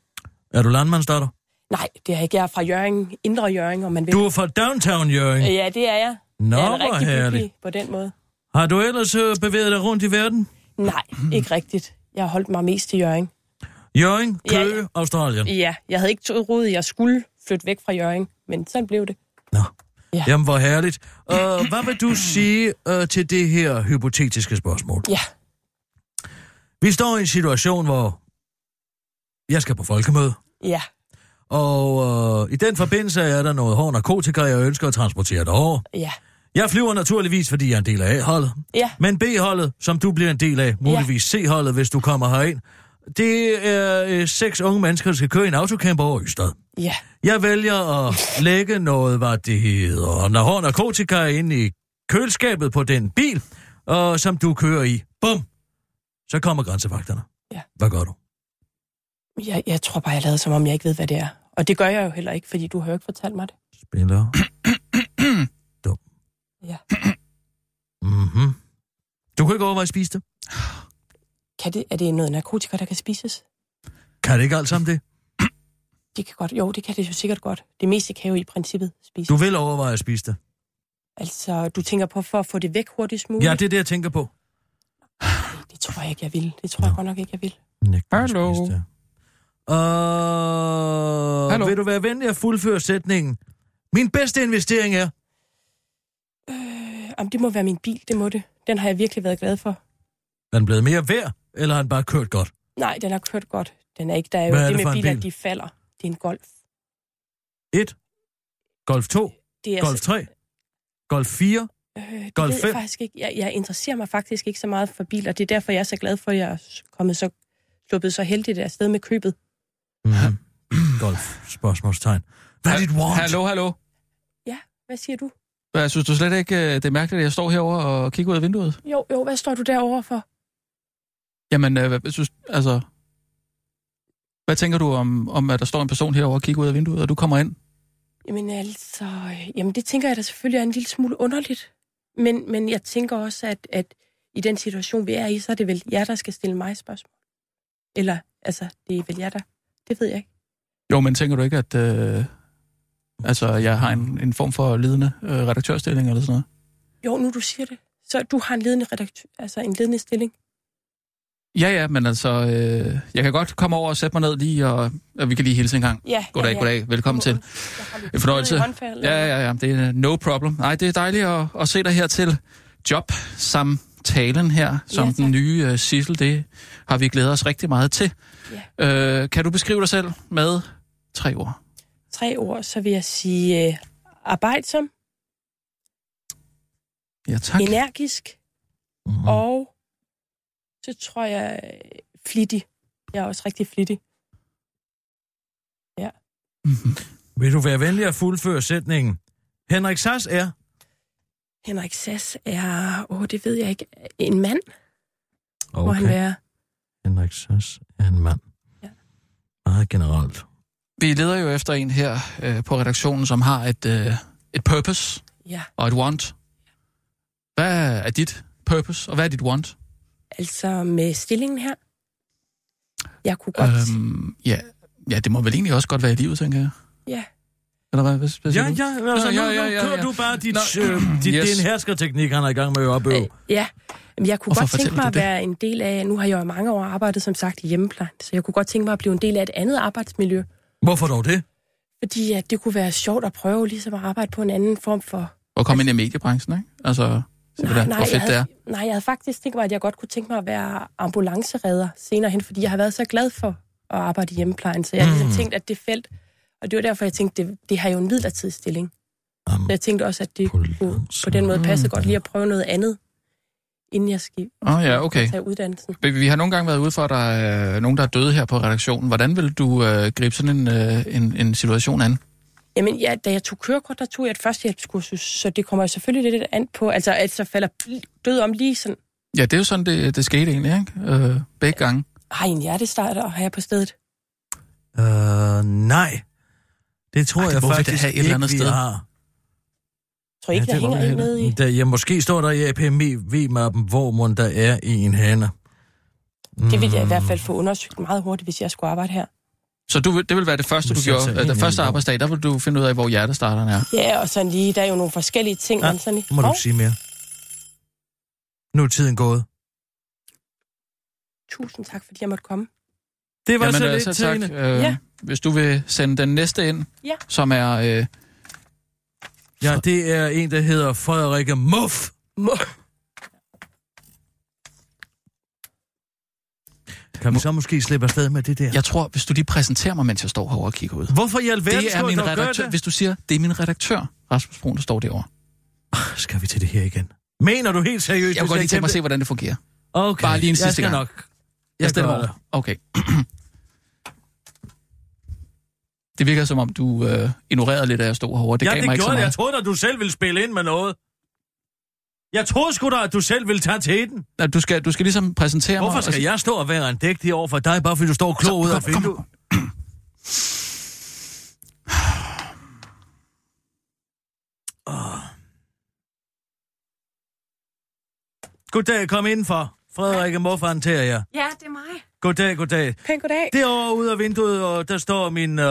[SPEAKER 3] Er du landmandsdatter?
[SPEAKER 7] Nej, det er jeg ikke. Jeg er fra Jørgen, Indre Jørgen, om man vil.
[SPEAKER 3] Du er fra downtown, Jørgen.
[SPEAKER 7] Øh, Ja, det er jeg.
[SPEAKER 3] Nå,
[SPEAKER 7] jeg er en
[SPEAKER 3] hvor
[SPEAKER 7] rigtig
[SPEAKER 3] herligt.
[SPEAKER 7] bygelig på den måde.
[SPEAKER 3] Har du ellers øh, bevæget dig rundt i verden?
[SPEAKER 7] Nej, ikke rigtigt. Jeg har holdt mig mest til Jørgen.
[SPEAKER 3] Jørgen,
[SPEAKER 7] Ja, ja.
[SPEAKER 3] Køge, Australien.
[SPEAKER 7] Ja, jeg havde ikke troet, at jeg skulle flytte væk fra Jørgen, men sådan blev det.
[SPEAKER 3] Nå.
[SPEAKER 7] Ja.
[SPEAKER 3] Jamen, hvor herligt. Uh, hvad vil du sige uh, til det her hypotetiske spørgsmål?
[SPEAKER 7] Ja,
[SPEAKER 3] Vi står i en situation, hvor jeg skal på folkemøde,
[SPEAKER 7] ja,
[SPEAKER 3] og uh, i den forbindelse er der noget hård narkotika, jeg ønsker at transportere derover.
[SPEAKER 7] ja,
[SPEAKER 3] Jeg flyver naturligvis, fordi jeg er en del af A-holdet.
[SPEAKER 7] ja,
[SPEAKER 3] Men B-holdet, som du bliver en del af, muligvis C-holdet, hvis du kommer herind, det er øh, seks unge mennesker, der skal køre i en autocamper over Ystad.
[SPEAKER 7] ja,
[SPEAKER 3] Jeg vælger at lægge noget, hvad det hedder, når hård narkotika ind i køleskabet på den bil, og som du kører i. Bum! Så kommer grænsevagterne.
[SPEAKER 7] Ja.
[SPEAKER 3] Hvad gør du?
[SPEAKER 7] jeg, jeg tror bare, jeg lavede som om, jeg ikke ved, hvad det er. Og det gør jeg jo heller ikke, fordi du har jo ikke fortalt mig det.
[SPEAKER 3] Spiller. Dum.
[SPEAKER 7] Ja.
[SPEAKER 3] Mm-hmm. Du kan ikke overveje at spise det.
[SPEAKER 7] Kan det, er det noget narkotika, der kan spises?
[SPEAKER 3] Kan det ikke alt sammen det?
[SPEAKER 7] Det kan godt, jo, det kan det jo sikkert godt. Det meste kan jo i princippet spises.
[SPEAKER 3] Du
[SPEAKER 7] Du...
[SPEAKER 3] vil overveje at spise det.
[SPEAKER 7] Altså, du tænker på for at få det væk hurtigst muligt?
[SPEAKER 3] Ja, det er det, jeg tænker på.
[SPEAKER 7] det tror jeg ikke, jeg vil. Det tror jeg godt nok ikke, jeg vil.
[SPEAKER 3] Nægter
[SPEAKER 4] Hallo.
[SPEAKER 3] at spise det. Og
[SPEAKER 4] Hallo.
[SPEAKER 3] vil du være venlig at fuldføre sætningen? Min bedste investering er...
[SPEAKER 7] Øh, Jamen, det må være min bil, det må det. Den har jeg virkelig været glad for.
[SPEAKER 3] Er den blevet mere værd, eller har den bare kørt godt?
[SPEAKER 7] Nej, den har kørt godt. Den er ikke, der er jo
[SPEAKER 3] Hvad er
[SPEAKER 7] det,
[SPEAKER 3] det for
[SPEAKER 7] med
[SPEAKER 3] en
[SPEAKER 7] biler,
[SPEAKER 3] bil?
[SPEAKER 7] de falder. Det er en Golf.
[SPEAKER 3] Et. Golf 2,
[SPEAKER 7] Det er altså-
[SPEAKER 3] Golf 3, Golf 4.
[SPEAKER 7] Øh, det
[SPEAKER 3] Golf
[SPEAKER 7] ved
[SPEAKER 3] fem?
[SPEAKER 7] jeg faktisk ikke. Jeg, jeg interesserer mig faktisk ikke så meget for biler. Det er derfor, jeg er så glad for, at jeg er kommet så, sluppet så heldigt afsted med købet.
[SPEAKER 4] Mhm.
[SPEAKER 3] Mm. Golf, spørgsmålstegn. Hvad er dit want?
[SPEAKER 4] Hallo, hallo.
[SPEAKER 7] Hvad siger du?
[SPEAKER 4] Hvad, synes du slet ikke, øh, det er mærkeligt, at jeg står herover og kigger ud af vinduet?
[SPEAKER 7] Jo, jo, hvad står du derovre for?
[SPEAKER 4] Jamen, øh, hvad, synes, altså, hvad tænker du om, om, at der står en person herover og kigger ud af vinduet, og du kommer ind?
[SPEAKER 7] Jamen altså, øh, jamen det tænker jeg da selvfølgelig er en lille smule underligt. Men, men jeg tænker også, at, at i den situation, vi er i, så er det vel jer, der skal stille mig spørgsmål. Eller, altså, det er vel jer, der... Det ved jeg ikke.
[SPEAKER 4] Jo, men tænker du ikke, at øh, altså, jeg har en, en form for ledende øh, redaktørstilling eller sådan noget?
[SPEAKER 7] Jo, nu du siger det. Så du har en ledende redaktør, altså en ledende stilling.
[SPEAKER 4] Ja, ja, men altså, øh, jeg kan godt komme over og sætte mig ned lige, og, og vi kan lige hilse en gang.
[SPEAKER 7] Ja,
[SPEAKER 4] Goddag,
[SPEAKER 7] ja, ja.
[SPEAKER 4] goddag. Velkommen til.
[SPEAKER 7] Jeg har lidt
[SPEAKER 4] En fornøjelse.
[SPEAKER 7] blod i håndfaldet.
[SPEAKER 4] Ja, ja, ja. Det er øh, no problem. Nej, det er dejligt at, at se dig her til jobsamtalen her, som
[SPEAKER 7] Ja,
[SPEAKER 4] ja,
[SPEAKER 7] tak.
[SPEAKER 4] den nye uh, Sissel. Det har vi glædet os rigtig meget til. Ja. Øh, kan du beskrive dig selv med tre ord?
[SPEAKER 7] tre ord, så vil jeg sige øh, arbejdsom,
[SPEAKER 4] Ja, tak.
[SPEAKER 7] energisk
[SPEAKER 3] Mhm.
[SPEAKER 7] og så tror jeg øh, flittig. Jeg er også rigtig flittig.
[SPEAKER 4] Mhm.
[SPEAKER 3] Vil du være venlig at fuldføre sætningen? Henrik Sass er...
[SPEAKER 7] Henrik Sass er, åh, det ved jeg ikke, en mand, okay. må han være.
[SPEAKER 3] Henrik Sass er en mand.
[SPEAKER 7] Ja.
[SPEAKER 3] Meget generelt.
[SPEAKER 4] Vi leder jo efter en her øh, på redaktionen, som har et, øh, et purpose
[SPEAKER 7] Ja,
[SPEAKER 4] og et want. Hvad er dit purpose, og hvad er dit want?
[SPEAKER 7] Altså med stillingen her. Jeg kunne godt... Øhm.
[SPEAKER 4] Øhm, ja, ja, det må vel egentlig også godt være i livet, tænker jeg.
[SPEAKER 7] Ja.
[SPEAKER 4] Eller hvad? Hvad, hvad siger
[SPEAKER 3] Ja,
[SPEAKER 4] du?
[SPEAKER 3] ja, altså,
[SPEAKER 4] Nå,
[SPEAKER 3] nu,
[SPEAKER 4] ja, ja,
[SPEAKER 3] nu
[SPEAKER 4] ja,
[SPEAKER 3] kører
[SPEAKER 4] ja.
[SPEAKER 3] du bare dit,
[SPEAKER 4] Nå,
[SPEAKER 3] øh, dit, yes.
[SPEAKER 4] yes.
[SPEAKER 3] det er en herskerteknik, han er i gang med at opøve.
[SPEAKER 7] øh, Ja, Jamen, jeg kunne
[SPEAKER 4] Hvorfor
[SPEAKER 7] godt tænke
[SPEAKER 4] fortæller
[SPEAKER 7] mig
[SPEAKER 4] du
[SPEAKER 7] at
[SPEAKER 4] det?
[SPEAKER 7] være en del af, nu har jeg jo i mange år arbejdet som sagt i hjemmeplejen, så jeg kunne godt tænke mig at blive en del af et andet arbejdsmiljø,
[SPEAKER 3] Hvorfor dog det?
[SPEAKER 7] fordi at det kunne være sjovt at prøve ligesom at arbejde på en anden form for...
[SPEAKER 4] Og komme ind i mediebranchen, ikke? Altså, se, nej, hvor
[SPEAKER 7] jeg
[SPEAKER 4] fedt det er.
[SPEAKER 7] havde, nej, jeg havde faktisk tænkt mig, at jeg godt kunne tænke mig at være ambulanceredder senere hen, fordi jeg har været så glad for at arbejde i hjemmeplejen, så jeg har
[SPEAKER 3] Mm.
[SPEAKER 7] ligesom tænkt, at det felt... Og det var derfor, jeg tænkte, det, det har jo en midlertidig stilling.
[SPEAKER 3] Am-
[SPEAKER 7] Så jeg tænkte også, at det kunne
[SPEAKER 3] Ambulance.
[SPEAKER 7] på den måde passe
[SPEAKER 4] Mm.
[SPEAKER 7] godt lige at prøve noget andet, inden jeg skal
[SPEAKER 4] Åh oh, ja, okay.
[SPEAKER 7] tage uddannelsen.
[SPEAKER 4] Vi- Vi har nogle gange været ude for, at der er nogen, der er døde her på redaktionen. Hvordan vil du øh, gribe sådan en, øh, en, en situation an?
[SPEAKER 7] Jamen, ja, da jeg tog kørekort, der tog jeg et førstehjælpskursus, så det kommer jo selvfølgelig lidt an på, altså at så falder død om lige sådan,
[SPEAKER 4] Ja, det er jo sådan, det, det skete egentlig, ikke? Øh, begge gange.
[SPEAKER 7] har I en hjertestart, og har jeg på stedet?
[SPEAKER 3] Øh, nej. Det tror
[SPEAKER 4] Ej, det
[SPEAKER 3] jeg
[SPEAKER 4] må vi da
[SPEAKER 3] faktisk
[SPEAKER 4] have et eller andet
[SPEAKER 3] ikke, vi
[SPEAKER 4] sted.
[SPEAKER 3] har.
[SPEAKER 7] Tror I ikke, ja, der
[SPEAKER 3] det må
[SPEAKER 7] hænger
[SPEAKER 3] vi
[SPEAKER 7] en
[SPEAKER 3] heller.
[SPEAKER 7] nede i?
[SPEAKER 3] Der, ja, måske står der i APMV-mappen, E, hvor mon der er en hane. Mm,
[SPEAKER 7] Det ville
[SPEAKER 3] Hmm.
[SPEAKER 7] jeg i hvert fald få undersøgt meget hurtigt, hvis jeg skulle arbejde her.
[SPEAKER 4] Så du, vil- det vil være det første, du
[SPEAKER 3] Hvis jeg
[SPEAKER 4] gjorde.
[SPEAKER 3] tager
[SPEAKER 4] Øh, Den
[SPEAKER 3] en
[SPEAKER 4] første
[SPEAKER 3] ind,
[SPEAKER 4] arbejdsdag, der vil du finde ud af, hvor hjertestarteren er.
[SPEAKER 7] Ja, og sådan lige, der er jo nogle forskellige ting.
[SPEAKER 3] Ja,
[SPEAKER 7] men sådan lige.
[SPEAKER 3] Må du
[SPEAKER 7] Hov,
[SPEAKER 3] ikke sige mere? Nu er tiden gået.
[SPEAKER 7] Tusind tak, fordi jeg måtte komme.
[SPEAKER 3] Det var Jamen, så
[SPEAKER 4] øh,
[SPEAKER 3] lidt,
[SPEAKER 4] tak.
[SPEAKER 3] Tine.
[SPEAKER 4] Øh,
[SPEAKER 7] Ja.
[SPEAKER 4] Hvis du vil sende den næste ind,
[SPEAKER 7] Ja.
[SPEAKER 4] som er... Øh,
[SPEAKER 3] Ja, det er en, der hedder Frederikke Muff.
[SPEAKER 7] Må,
[SPEAKER 3] Kan vi så måske slippe afsted med det der?
[SPEAKER 4] jeg tror, hvis du lige præsenterer mig, mens jeg står herovre og kigger ud.
[SPEAKER 3] Hvorfor i alverden
[SPEAKER 4] Det er
[SPEAKER 3] skulle jeg
[SPEAKER 4] min
[SPEAKER 3] dog gøre
[SPEAKER 4] redaktør.
[SPEAKER 3] det?
[SPEAKER 4] Hvis du siger, det er min redaktør, Rasmus Brun, der står derovre.
[SPEAKER 3] Skal vi til det her igen? Mener du helt seriøst?
[SPEAKER 4] Jeg kunne
[SPEAKER 3] hvis
[SPEAKER 4] godt lige tænke mig at se,
[SPEAKER 3] kan
[SPEAKER 4] hvordan det fungerer.
[SPEAKER 3] det? Okay,
[SPEAKER 4] bare lige en
[SPEAKER 3] jeg
[SPEAKER 4] sidste
[SPEAKER 3] skal
[SPEAKER 4] gang.
[SPEAKER 3] nok.
[SPEAKER 4] Jeg stemmer
[SPEAKER 3] gør
[SPEAKER 4] over. Okay. det virker som om, du øh, ignorerede lidt, at jeg stod herovre. Det
[SPEAKER 3] Det ja,
[SPEAKER 4] gav
[SPEAKER 3] det
[SPEAKER 4] mig ikke så
[SPEAKER 3] gjorde det. Jeg
[SPEAKER 4] meget.
[SPEAKER 3] troede da, du selv ville spille ind med noget. Jeg troede sgu da, at du selv ville tage til den.
[SPEAKER 4] Nej, Du skal, du skal ligesom præsentere mig.
[SPEAKER 3] Hvorfor
[SPEAKER 4] og
[SPEAKER 3] skal
[SPEAKER 4] så-
[SPEAKER 3] jeg stå og være en dægtig over for dig, bare fordi du står klog ud af
[SPEAKER 4] Kom,
[SPEAKER 3] vinduet?
[SPEAKER 4] kom.
[SPEAKER 3] Ah. Goddag, kom indenfor. Frederikke Muff håndterer jer.
[SPEAKER 5] Ja, det er mig.
[SPEAKER 3] Goddag, goddag.
[SPEAKER 7] pænt goddag.
[SPEAKER 3] Derovre ude af vinduet, og der står min øh,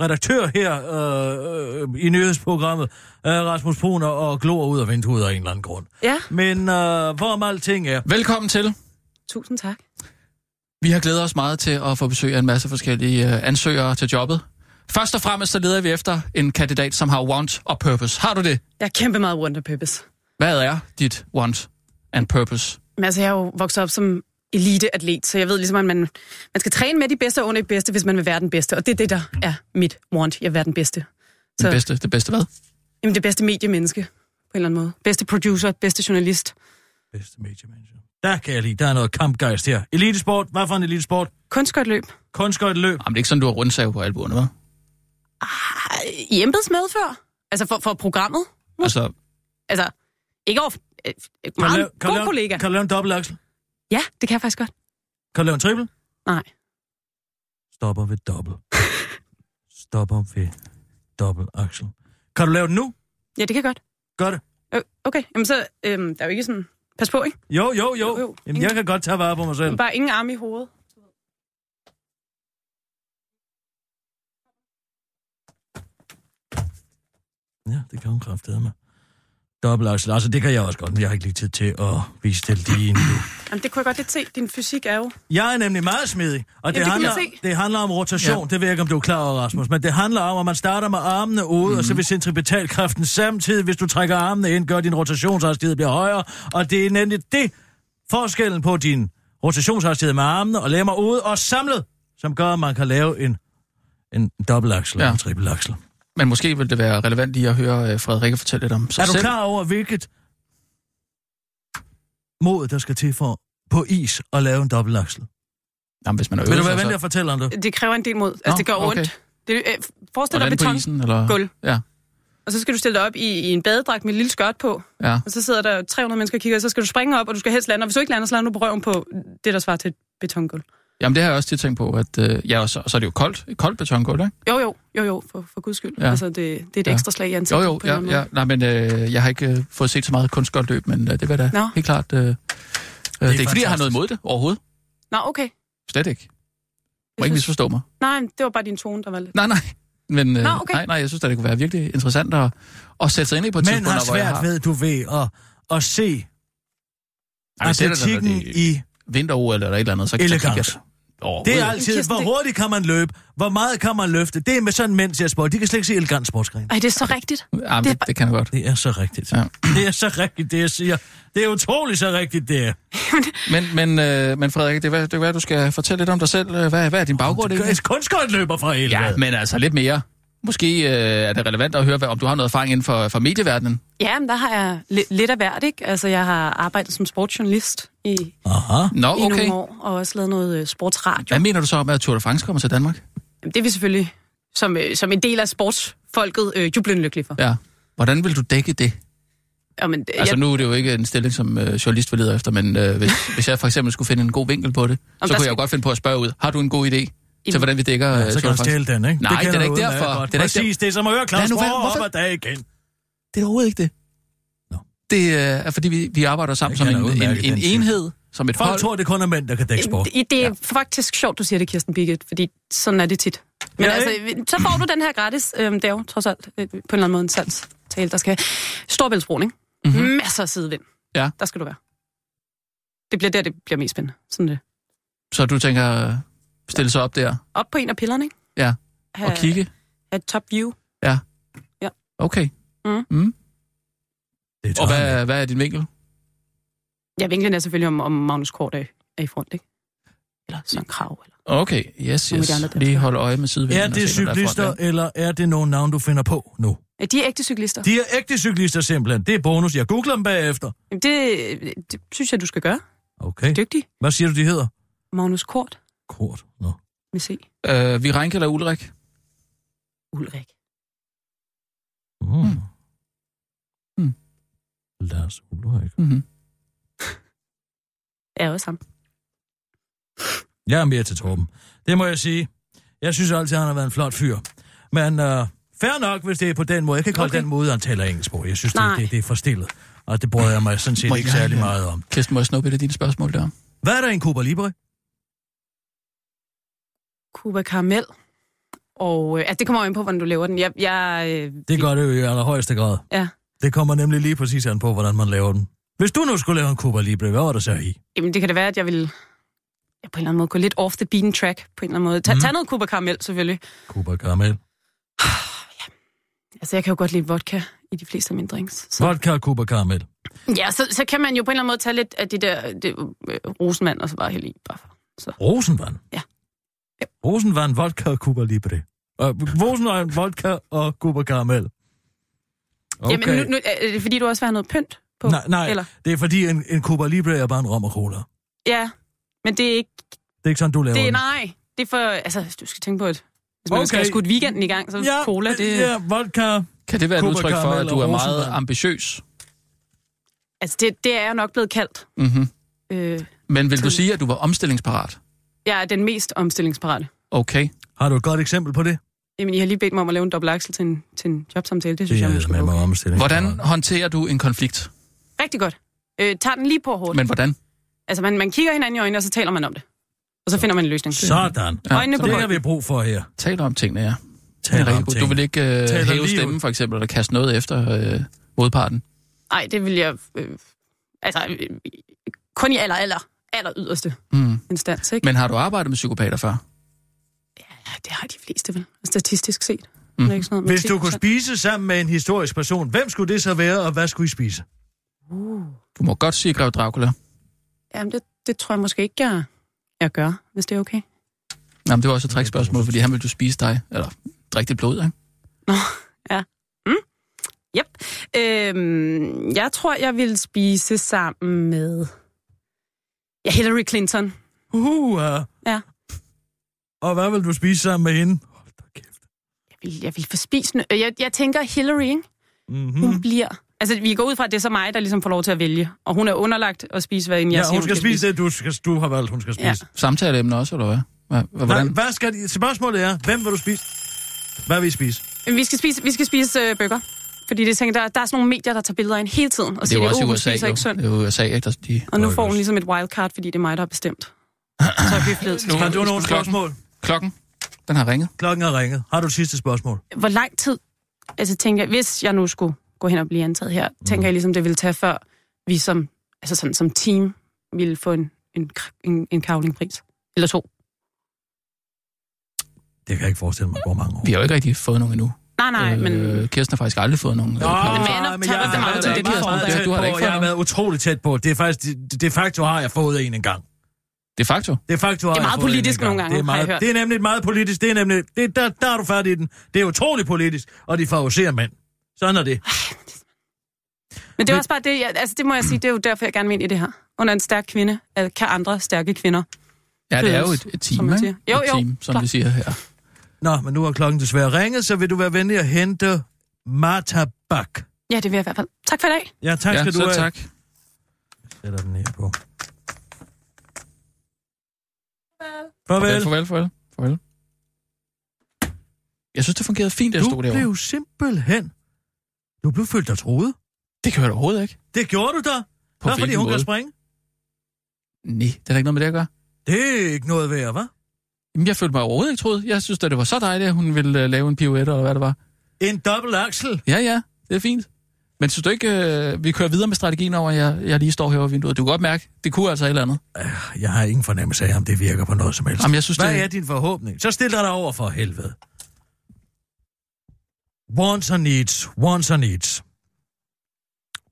[SPEAKER 3] redaktør her øh, øh, i nyhedsprogrammet, øh, Rasmus Bruner, og glor ud af vinduet af en eller anden grund.
[SPEAKER 5] Ja,
[SPEAKER 3] Men øh, hvorom alting er,
[SPEAKER 4] Velkommen til.
[SPEAKER 5] tusind tak.
[SPEAKER 4] Vi har glædet os meget til at få besøg af en masse forskellige øh, ansøgere til jobbet. Først og fremmest så leder vi efter en kandidat, som har want og purpose. Har du det?
[SPEAKER 5] Jeg er kæmpe meget Wonder Purpose.
[SPEAKER 4] Hvad er dit want and purpose?
[SPEAKER 5] Men altså, jeg er jo vokset op som eliteatlet, så jeg ved ligesom, at man, man skal træne med de bedste og under de bedste, hvis man vil være den bedste. Og det er det, der er mit want. Jeg vil være den bedste.
[SPEAKER 4] Det
[SPEAKER 5] Så-
[SPEAKER 4] bedste, det bedste hvad?
[SPEAKER 5] Jamen, det bedste mediemenneske, på en eller anden måde. Bedste producer, bedste journalist.
[SPEAKER 3] bedste mediemanager. Der kan jeg lide, der er noget kampgejst her. Elitesport, hvad for en elitesport?
[SPEAKER 5] Kunstgøjtløb.
[SPEAKER 3] Kunstskøjteløb.
[SPEAKER 4] Jamen, det er ikke sådan, du har rundsav på albuerne, hva'?
[SPEAKER 5] Ej, I embeds medfør. Altså, for, for programmet.
[SPEAKER 4] Altså,
[SPEAKER 5] Altså, ikke over... øh,
[SPEAKER 3] Kan du
[SPEAKER 5] Meget
[SPEAKER 3] lave- kan du
[SPEAKER 5] god
[SPEAKER 3] lave-
[SPEAKER 5] kollega.
[SPEAKER 3] Kan du lave en dobbeltaksel?
[SPEAKER 5] Ja, det kan jeg faktisk godt.
[SPEAKER 3] Kan du lave en triple?
[SPEAKER 5] Nej.
[SPEAKER 3] Stopper ved dobbelt. Stopper ved dobbeltaksel. Kan du lave den nu?
[SPEAKER 5] Ja, det kan jeg godt.
[SPEAKER 3] Gør det.
[SPEAKER 5] Øh, Okay, jamen så... Øhm, der er jo ikke sådan... Pas på, ikke?
[SPEAKER 3] Jo, jo, jo.
[SPEAKER 5] Jo, jo.
[SPEAKER 3] Jamen, jeg kan godt tage vare på mig selv.
[SPEAKER 5] Bare ingen arme i hovedet.
[SPEAKER 3] Ja, det kan hun kraftede med. Dobbeltaksel, altså det kan jeg også godt, men jeg har ikke lige tid til at vise det lige endnu.
[SPEAKER 5] Jamen, det kunne jeg godt lidt se. Din fysik er jo...
[SPEAKER 3] Jeg er nemlig meget smidig, og det,
[SPEAKER 5] det
[SPEAKER 3] det,
[SPEAKER 5] kan
[SPEAKER 3] handler,
[SPEAKER 5] jeg
[SPEAKER 3] det handler om rotation. Ja. Det ved jeg ikke, om du er klar over, Rasmus, men det handler om, at man starter med armene ude, mm-hmm. og så vil centripetalkraften samtidig, hvis du trækker armene ind, gør din rotationshastighed bliver højere, og det er nemlig det forskellen på din rotationshastighed med armene og lemmer ude og samlet, som gør, at man kan lave en, en dobbeltaksel ja.
[SPEAKER 4] Ja.
[SPEAKER 3] og en trippelaksel.
[SPEAKER 4] men måske vil det være relevant lige at høre øh, Frederikke fortælle lidt om sig
[SPEAKER 3] Er du
[SPEAKER 4] selv.
[SPEAKER 3] klar over, hvilket mod, der skal til for på is at lave en dobbeltaksel?
[SPEAKER 4] Jamen, hvis man er
[SPEAKER 3] Vil du
[SPEAKER 4] øvet
[SPEAKER 3] være
[SPEAKER 4] sig,
[SPEAKER 3] venlig
[SPEAKER 4] så-
[SPEAKER 3] at fortælle om det?
[SPEAKER 5] Det kræver en del mod. Altså,
[SPEAKER 4] Nå,
[SPEAKER 5] det gør
[SPEAKER 4] okay.
[SPEAKER 5] ondt. Det, øh, forestil dig
[SPEAKER 4] Hvordan
[SPEAKER 5] beton,
[SPEAKER 4] på isen, eller?
[SPEAKER 5] gulv.
[SPEAKER 4] Ja,
[SPEAKER 5] og så skal du stille dig op i, i en badedragt med et lille skørt på,
[SPEAKER 4] ja.
[SPEAKER 5] og så sidder der 300 mennesker og kigger, og så skal du springe op, og du skal helst lande, og hvis du ikke lander, så lander du på røven på det, der svarer til et betongulv.
[SPEAKER 4] Jamen, det har jeg også tit tænkt på, at øh, ja, og så, og så er det jo koldt. Et koldt betongulv, ikke?
[SPEAKER 5] Jo, jo, jo, jo, for, for guds skyld.
[SPEAKER 4] Ja.
[SPEAKER 5] Ja. Altså, det, det er et
[SPEAKER 4] Ja.
[SPEAKER 5] ja. ekstra slag i
[SPEAKER 4] Jo,
[SPEAKER 5] ansigtet.
[SPEAKER 4] jo,
[SPEAKER 5] på en
[SPEAKER 4] ja,
[SPEAKER 5] eller anden
[SPEAKER 4] ja. Nej, men øh, jeg har ikke øh, fået set så meget kunstgodt løb, men øh, det var da
[SPEAKER 5] Nå.
[SPEAKER 4] helt klart øh, Det er, det er ikke, fordi jeg har noget
[SPEAKER 3] fantastisk.
[SPEAKER 4] imod det overhovedet.
[SPEAKER 7] Nå, okay.
[SPEAKER 4] Slet ikke. Må ikke misforstå mig.
[SPEAKER 7] Nej, men det var bare din tone, der var lidt...
[SPEAKER 4] Nej, nej. Men øh,
[SPEAKER 7] Nå, okay.
[SPEAKER 4] nej, nej, jeg synes, at det kunne være virkelig interessant at, at sætte sig ind i på et
[SPEAKER 3] Mænd
[SPEAKER 4] tidspunkt,
[SPEAKER 3] har
[SPEAKER 4] hvor jeg
[SPEAKER 3] svært
[SPEAKER 4] har...
[SPEAKER 3] ved, du ved, at, at se
[SPEAKER 4] Ej, men det er da, når
[SPEAKER 3] atletikken
[SPEAKER 4] det-
[SPEAKER 3] i
[SPEAKER 4] vinter eller et eller andet, så, så kigger
[SPEAKER 3] elegance.
[SPEAKER 4] jeg overhovedet
[SPEAKER 3] Det er
[SPEAKER 4] ikke.
[SPEAKER 7] Jamen,
[SPEAKER 3] altid,
[SPEAKER 7] Kirsten,
[SPEAKER 3] hvor
[SPEAKER 7] det-
[SPEAKER 3] hurtigt kan man løbe, hvor meget kan man løfte. Det er med sådan mænd til at sport. De kan slet ikke se elegant sportsgren.
[SPEAKER 7] Ej, det er så rigtigt.
[SPEAKER 4] Jamen,
[SPEAKER 7] det er
[SPEAKER 4] det, det kan jeg godt.
[SPEAKER 3] Det er så rigtigt.
[SPEAKER 4] Ja.
[SPEAKER 3] Det er så rigtigt, det jeg siger. Det er utroligt så rigtigt, det er.
[SPEAKER 4] Men, men, øh, men Frederik, det er, det er hvad, du skal fortælle lidt om dig selv. Øh, Hvad, hvad er din baggrund?
[SPEAKER 3] Det
[SPEAKER 4] egentlig?
[SPEAKER 3] er kun skøjtløber fra hele
[SPEAKER 4] Ja, men altså lidt mere. Måske øh, er det relevant at høre, hvad, om du har noget erfaring inden for, for medieverdenen.
[SPEAKER 7] Ja, men der har jeg li- lidt af hvert, ikke? Altså, jeg har arbejdet som sportsjournalist i, i
[SPEAKER 3] Aha.
[SPEAKER 4] Nå, okay.
[SPEAKER 7] nogle år, og også lavet noget øh, sportsradio.
[SPEAKER 4] Hvad mener du så om, at Tour de France kommer til Danmark?
[SPEAKER 7] Jamen, det er vi selvfølgelig, som, øh, som en del af sportsfolket, øh, jublende lykkelige for. Ja.
[SPEAKER 4] Ja. Hvordan vil du dække det?
[SPEAKER 7] Jamen, det-
[SPEAKER 4] Altså
[SPEAKER 7] jeg,
[SPEAKER 4] nu er det jo ikke en stilling, som øh, journalist vil lede efter, men øh, hvis, hvis jeg for eksempel skulle finde en god vinkel på det, så
[SPEAKER 7] der
[SPEAKER 4] kunne jeg
[SPEAKER 7] skal-
[SPEAKER 4] jo godt finde på at spørge ud, har du en god idé til,
[SPEAKER 7] Jamen-
[SPEAKER 4] hvordan vi dækker øh,
[SPEAKER 3] Så
[SPEAKER 4] Tour
[SPEAKER 3] kan
[SPEAKER 4] de
[SPEAKER 3] du
[SPEAKER 4] France?
[SPEAKER 3] stjæle den, ikke?
[SPEAKER 4] Nej,
[SPEAKER 3] kender
[SPEAKER 4] det er
[SPEAKER 3] du
[SPEAKER 4] ikke
[SPEAKER 3] udmærket
[SPEAKER 4] derfor.
[SPEAKER 3] godt.
[SPEAKER 4] Det er da ikke
[SPEAKER 3] Præcis, det er som at høre
[SPEAKER 4] Lad
[SPEAKER 3] Claus
[SPEAKER 4] nu være.
[SPEAKER 3] Borg op
[SPEAKER 4] Hvorfor-
[SPEAKER 3] ad dag igen.
[SPEAKER 4] Det er da overhovedet ikke det.
[SPEAKER 3] Nå.
[SPEAKER 4] Det øh, er, fordi vi, vi arbejder sammen
[SPEAKER 3] Jeg
[SPEAKER 4] som en,
[SPEAKER 3] kender
[SPEAKER 4] en,
[SPEAKER 3] udmærket
[SPEAKER 4] en
[SPEAKER 3] den type.
[SPEAKER 4] enhed, som et
[SPEAKER 3] Folk
[SPEAKER 4] hold.
[SPEAKER 3] tror, det kun er mænd, der kan dække sport.
[SPEAKER 7] det, det er faktisk sjovt, du siger det, Kirsten Birgit, fordi sådan er det tit. Men
[SPEAKER 3] Ja,
[SPEAKER 7] ja, altså, så får du den her gratis. Øh, det er jo trods alt øh, på en eller anden måde en salgstale, der skal... Storbæltsbroen, ikke?
[SPEAKER 4] Mhm.
[SPEAKER 7] Mm-hmm. Masser af sidevind.
[SPEAKER 4] Ja.
[SPEAKER 7] Der skal du være. det bliver der, det bliver mest spændende. Sådan det.
[SPEAKER 4] Så du tænker øh, stille sig op der
[SPEAKER 7] Op på en af pillerne, ikke?
[SPEAKER 4] Ja.
[SPEAKER 7] Ha,
[SPEAKER 4] og kigge?
[SPEAKER 7] Ha top view.
[SPEAKER 4] Okay.
[SPEAKER 7] Mm.
[SPEAKER 4] Mm.
[SPEAKER 3] Det
[SPEAKER 4] Og
[SPEAKER 3] tør han
[SPEAKER 4] hvad, hvad er din vinkel?
[SPEAKER 7] Ja, vinklen er selvfølgelig, om, om Magnus Kort er, er i front, ikke? Eller sådan krav. Eller.
[SPEAKER 4] Okay, yes,
[SPEAKER 7] Nogle af
[SPEAKER 4] yes.
[SPEAKER 7] de andre der.
[SPEAKER 4] Lige hold øje med sidevinden.
[SPEAKER 3] Er
[SPEAKER 4] og
[SPEAKER 3] det
[SPEAKER 4] se, hvad der er foran
[SPEAKER 3] cyklister, eller er det nogle navn, du finder på nu?
[SPEAKER 7] Ja, de er ægte cyklister. De...
[SPEAKER 3] De er ægte cyklister simpelthen. Det er bonus. Jeg googler dem bagefter.
[SPEAKER 7] Det, det synes jeg, du skal gøre.
[SPEAKER 3] Okay.
[SPEAKER 7] Dygtig.
[SPEAKER 3] Hvad siger du, de hedder?
[SPEAKER 7] Magnus Kort
[SPEAKER 3] Kort. Nå.
[SPEAKER 7] med C.
[SPEAKER 4] der. Øh, vi Reinke eller Ulrik?
[SPEAKER 7] Ulrik. Hmm.
[SPEAKER 3] Mm.
[SPEAKER 4] Mm.
[SPEAKER 3] Lars Ulrik.
[SPEAKER 4] Mm-hmm.
[SPEAKER 7] Er også ham.
[SPEAKER 3] Jeg er mere til Torben. Det må jeg sige. Jeg synes altid, han har været en flot fyr. Men øh, fair nok, hvis det er på den måde. Jeg kan ikke holde
[SPEAKER 7] Okay.
[SPEAKER 3] den måde, han taler engelsk på. Jeg synes, det,
[SPEAKER 7] Nej.
[SPEAKER 3] det, det er forstillet. Og det bryder jeg mig sådan set
[SPEAKER 4] Må
[SPEAKER 3] ikke
[SPEAKER 4] jeg-
[SPEAKER 3] særlig meget om.
[SPEAKER 4] Kirsten, må jeg snuppe et af dine spørgsmål der?
[SPEAKER 3] Hvad er der i en Cuba Libre?
[SPEAKER 7] Cuba Caramel. Og øh, altså, det kommer jo ind på, hvordan du laver den. Jeg, jeg, øh,
[SPEAKER 3] Det gør det jo i allerhøjeste grad.
[SPEAKER 7] Ja.
[SPEAKER 3] Det kommer nemlig lige præcis an på, hvordan man laver den. Hvis du nu skulle lave en Cuba Libre, hvad var der så i?
[SPEAKER 7] Jamen, det kan da være, at jeg vil ja, på en eller anden måde gå lidt off the beaten track, på en eller anden måde. Ta,
[SPEAKER 3] Mhm.
[SPEAKER 7] Tag noget Cuba Caramel, selvfølgelig.
[SPEAKER 3] Cuba Caramel.
[SPEAKER 7] Altså, jeg kan jo godt lide vodka i de fleste af mine drinks. Så.
[SPEAKER 3] Vodka Cuba Caramel.
[SPEAKER 7] Ja, så, så kan man jo på en eller anden måde tage lidt af det der det, øh, rosenmand, og så bare hælde i. Bare for.
[SPEAKER 3] Rosenvand?
[SPEAKER 7] Ja.
[SPEAKER 3] Rosenvand, vodka og Cuba Libre. Øh, Rosenvand, vodka og Cuba Caramel. Okay.
[SPEAKER 7] Jamen, nu, nu, er det fordi, du også vil have noget pynt på?
[SPEAKER 3] nej, nej,
[SPEAKER 7] Eller?
[SPEAKER 3] det er fordi en, en Cuba Libre er bare en rom og cola. Det
[SPEAKER 7] Ja, men det er ikke...
[SPEAKER 3] er ikke sådan, du laver
[SPEAKER 7] Det er,
[SPEAKER 3] den.
[SPEAKER 7] nej, det er for... Altså, du skal tænke på, at hvis man
[SPEAKER 3] Okay.
[SPEAKER 7] okay. skal have skudt weekenden i gang, så ja, cola, det...
[SPEAKER 3] Ja, vodka.
[SPEAKER 4] Kan det være et
[SPEAKER 3] Cuba
[SPEAKER 4] udtryk for,
[SPEAKER 3] Caramel
[SPEAKER 4] at du
[SPEAKER 3] og
[SPEAKER 4] er meget
[SPEAKER 3] Rosenvand.
[SPEAKER 4] ambitiøs?
[SPEAKER 7] Altså, det, det er jo nok blevet kaldt.
[SPEAKER 4] Mm-hmm.
[SPEAKER 7] Øh,
[SPEAKER 4] Men vil du sige, at du var omstillingsparat?
[SPEAKER 7] jeg er den mest omstillingsparate.
[SPEAKER 4] Okay.
[SPEAKER 3] Har du et godt eksempel på det?
[SPEAKER 7] Jamen, I har lige bedt mig om at lave en dobbelt aksel til en, til en jobsamtale. Det synes jeg måske
[SPEAKER 3] med
[SPEAKER 7] er
[SPEAKER 3] mig
[SPEAKER 7] okay.
[SPEAKER 3] omstilling.
[SPEAKER 4] Hvordan håndterer du en konflikt?
[SPEAKER 7] Rigtig godt. Øh, tag den lige på hårdt.
[SPEAKER 4] Men hvordan?
[SPEAKER 7] Altså, man, man kigger hinanden i øjnene, og så taler man om det. Og så finder man en løsning.
[SPEAKER 3] Sådan.
[SPEAKER 4] Ja,
[SPEAKER 7] Øjnene
[SPEAKER 4] så
[SPEAKER 7] på
[SPEAKER 3] Det
[SPEAKER 7] bolden.
[SPEAKER 3] har vi brug for her.
[SPEAKER 4] Taler om tingene, ja. Det er
[SPEAKER 3] Tal om
[SPEAKER 4] rigtig godt. Du
[SPEAKER 3] ting.
[SPEAKER 4] vil ikke
[SPEAKER 3] Taler
[SPEAKER 4] øh,
[SPEAKER 3] lige ud.
[SPEAKER 4] hæve stemmen, for eksempel, eller kaste noget efter øh, modparten.
[SPEAKER 7] Nej, det vil jeg... Øh, altså, øh, kun i aller, aller, aller yderste
[SPEAKER 4] Mm.
[SPEAKER 7] instans, ikke?
[SPEAKER 4] Men har du arbejdet med psykopater før?
[SPEAKER 7] Ja, det har de fleste vel, Altså, statistisk set.
[SPEAKER 4] Mhm.
[SPEAKER 7] Det er ikke sådan noget,
[SPEAKER 3] Hvis du kunne spise sammen med en historisk person, hvem skulle det så være, og hvad skulle I spise?
[SPEAKER 4] Du må godt sige Grev Dracula.
[SPEAKER 7] Jamen, det, det tror jeg måske ikke, jeg, jeg gør, hvis det er okay.
[SPEAKER 4] Jamen, det var også et trækspørgsmål, fordi han ville du spise dig, eller drikke dit blod, ikke?
[SPEAKER 7] Øhm, jeg tror, jeg ville spise sammen med... Ja, Hillary Clinton.
[SPEAKER 3] Uh,
[SPEAKER 7] Ja.
[SPEAKER 3] Og hvad vil du spise sammen med hende? Hold da kæft.
[SPEAKER 7] Jeg vil, jeg vil få spist... nø- Jeg, jeg tænker Hillary, ikke?
[SPEAKER 3] Mm-hmm.
[SPEAKER 7] Hun bliver... Altså, vi går ud fra, at det er så mig, der ligesom får lov til at vælge. Og hun er underlagt at spise, hvad end jeg
[SPEAKER 3] ja,
[SPEAKER 7] siger,
[SPEAKER 3] hun skal spise det, du, skal, du har valgt, hun skal spise.
[SPEAKER 7] Ja.
[SPEAKER 3] Ja.
[SPEAKER 4] Samtaleemne også, eller hvad? Hva- Hvordan?
[SPEAKER 3] Nej, hvad skal de, spørgsmålet er, hvem vil du spise? Hvad vil I spise?
[SPEAKER 7] Men Vi skal spise, vi skal spise øh, bøger.
[SPEAKER 5] Fordi det, jeg tænker, der, der er sådan nogle medier, der tager billeder af hende hele tiden. Og
[SPEAKER 4] Det er
[SPEAKER 5] siger,
[SPEAKER 4] jo også i
[SPEAKER 5] "Uh, hun
[SPEAKER 4] USA,
[SPEAKER 5] spiser
[SPEAKER 4] jo.
[SPEAKER 5] ikke sundt.
[SPEAKER 4] Det er jo USA, ikke? Der, de...
[SPEAKER 5] Og nu
[SPEAKER 3] Nå,
[SPEAKER 5] får hun
[SPEAKER 3] ikke
[SPEAKER 5] ligesom et wildcard, fordi det er mig, der har bestemt. Så er vi blevet
[SPEAKER 4] Nu-
[SPEAKER 3] Har du nogle
[SPEAKER 4] Klokken.
[SPEAKER 3] spørgsmål?
[SPEAKER 4] Klokken, den har ringet.
[SPEAKER 3] Klokken er ringet. Har du et sidste spørgsmål?
[SPEAKER 5] Hvor lang tid, altså tænker jeg, hvis jeg nu skulle gå hen og blive antaget her, tænker jeg ligesom, det ville tage før vi som, altså sådan, som team ville få en, en, kr- en, en kavlingpris. Eller to.
[SPEAKER 3] Det kan jeg ikke forestille mig, hvor mange år.
[SPEAKER 4] Vi har jo ikke rigtig fået nogen endnu.
[SPEAKER 5] Nej, nej, øh, men...
[SPEAKER 4] Øh, Kirsten har faktisk aldrig fået nogen. øh,
[SPEAKER 5] men
[SPEAKER 4] kavling.
[SPEAKER 5] man er-
[SPEAKER 3] men
[SPEAKER 5] tager
[SPEAKER 3] jeg har
[SPEAKER 5] man så meget
[SPEAKER 3] været
[SPEAKER 5] til det, de har
[SPEAKER 3] meget,
[SPEAKER 5] fået?
[SPEAKER 3] meget
[SPEAKER 4] Ja,
[SPEAKER 3] tæt
[SPEAKER 4] du har da
[SPEAKER 3] på.
[SPEAKER 4] ikke fået
[SPEAKER 3] Jeg har
[SPEAKER 4] nogen.
[SPEAKER 3] været utrolig tæt på. Det er faktisk, de, de facto har jeg fået en engang.
[SPEAKER 4] De facto.
[SPEAKER 3] Det er faktisk,
[SPEAKER 5] Det er meget politisk nogle gange,
[SPEAKER 3] det er,
[SPEAKER 5] har jeg
[SPEAKER 3] meget,
[SPEAKER 5] hørt.
[SPEAKER 3] det er nemlig meget politisk. Det er nemlig, det, der, der er du færdig i den. Det er utrolig politisk, og de favoriserer mænd. Sådan er det.
[SPEAKER 5] Men det er
[SPEAKER 3] Men-
[SPEAKER 5] også bare det, jeg, altså det må jeg sige, det er jo derfor, jeg gerne vil ind i det her. Under en stærk kvinde øh, kan andre stærke kvinder.
[SPEAKER 4] Ja, det er jo
[SPEAKER 5] Fødes,
[SPEAKER 4] et, et team,
[SPEAKER 5] Øh, som man
[SPEAKER 4] ikke?
[SPEAKER 5] siger. Jo,
[SPEAKER 4] et
[SPEAKER 5] jo,
[SPEAKER 4] team, som
[SPEAKER 5] klart.
[SPEAKER 4] vi siger her.
[SPEAKER 3] Nå, men nu har klokken desværre ringet, så vil du være venlig at hente Martha Bak.
[SPEAKER 5] Ja, det vil jeg i hvert fald. Tak for i dag.
[SPEAKER 3] Ja, tak
[SPEAKER 4] ja,
[SPEAKER 3] skal du
[SPEAKER 4] så
[SPEAKER 3] have.
[SPEAKER 4] tak.
[SPEAKER 3] Jeg sætter den her på. Farvel.
[SPEAKER 4] Farvel, farvel, farvel. farvel. Jeg synes, det fungerede fint, da jeg
[SPEAKER 3] Du
[SPEAKER 4] stod derovre.
[SPEAKER 3] blev simpelthen... Du blev følt dig troet.
[SPEAKER 4] Det kan jeg da overhovedet ikke.
[SPEAKER 3] Det gjorde du da.
[SPEAKER 4] På
[SPEAKER 3] Hvad fordi
[SPEAKER 4] hvilken
[SPEAKER 3] hun kan
[SPEAKER 4] måde?
[SPEAKER 3] springe?
[SPEAKER 4] Nej, det er da ikke noget med det at gøre.
[SPEAKER 3] Det er ikke noget værd, hva'?
[SPEAKER 4] Jamen, jeg følte mig overhovedet ikke troet. Jeg synes, at det var så dejligt, at hun ville øh, lave en pirouette, eller hvad det var.
[SPEAKER 3] En dobbelt aksel.
[SPEAKER 4] Ja, ja, det er fint. Men synes du ikke, øh, vi kører videre med strategien over, at jeg, jeg lige står her over vinduet? Du kan godt mærke, det kunne altså et eller andet.
[SPEAKER 3] Jeg har ingen fornemmelse af, om det virker på noget som helst.
[SPEAKER 4] Jamen, jeg synes,
[SPEAKER 3] Hvad
[SPEAKER 4] det-
[SPEAKER 3] er din forhåbning? Så stil dig over for helvede. Wants and needs. Wants and needs.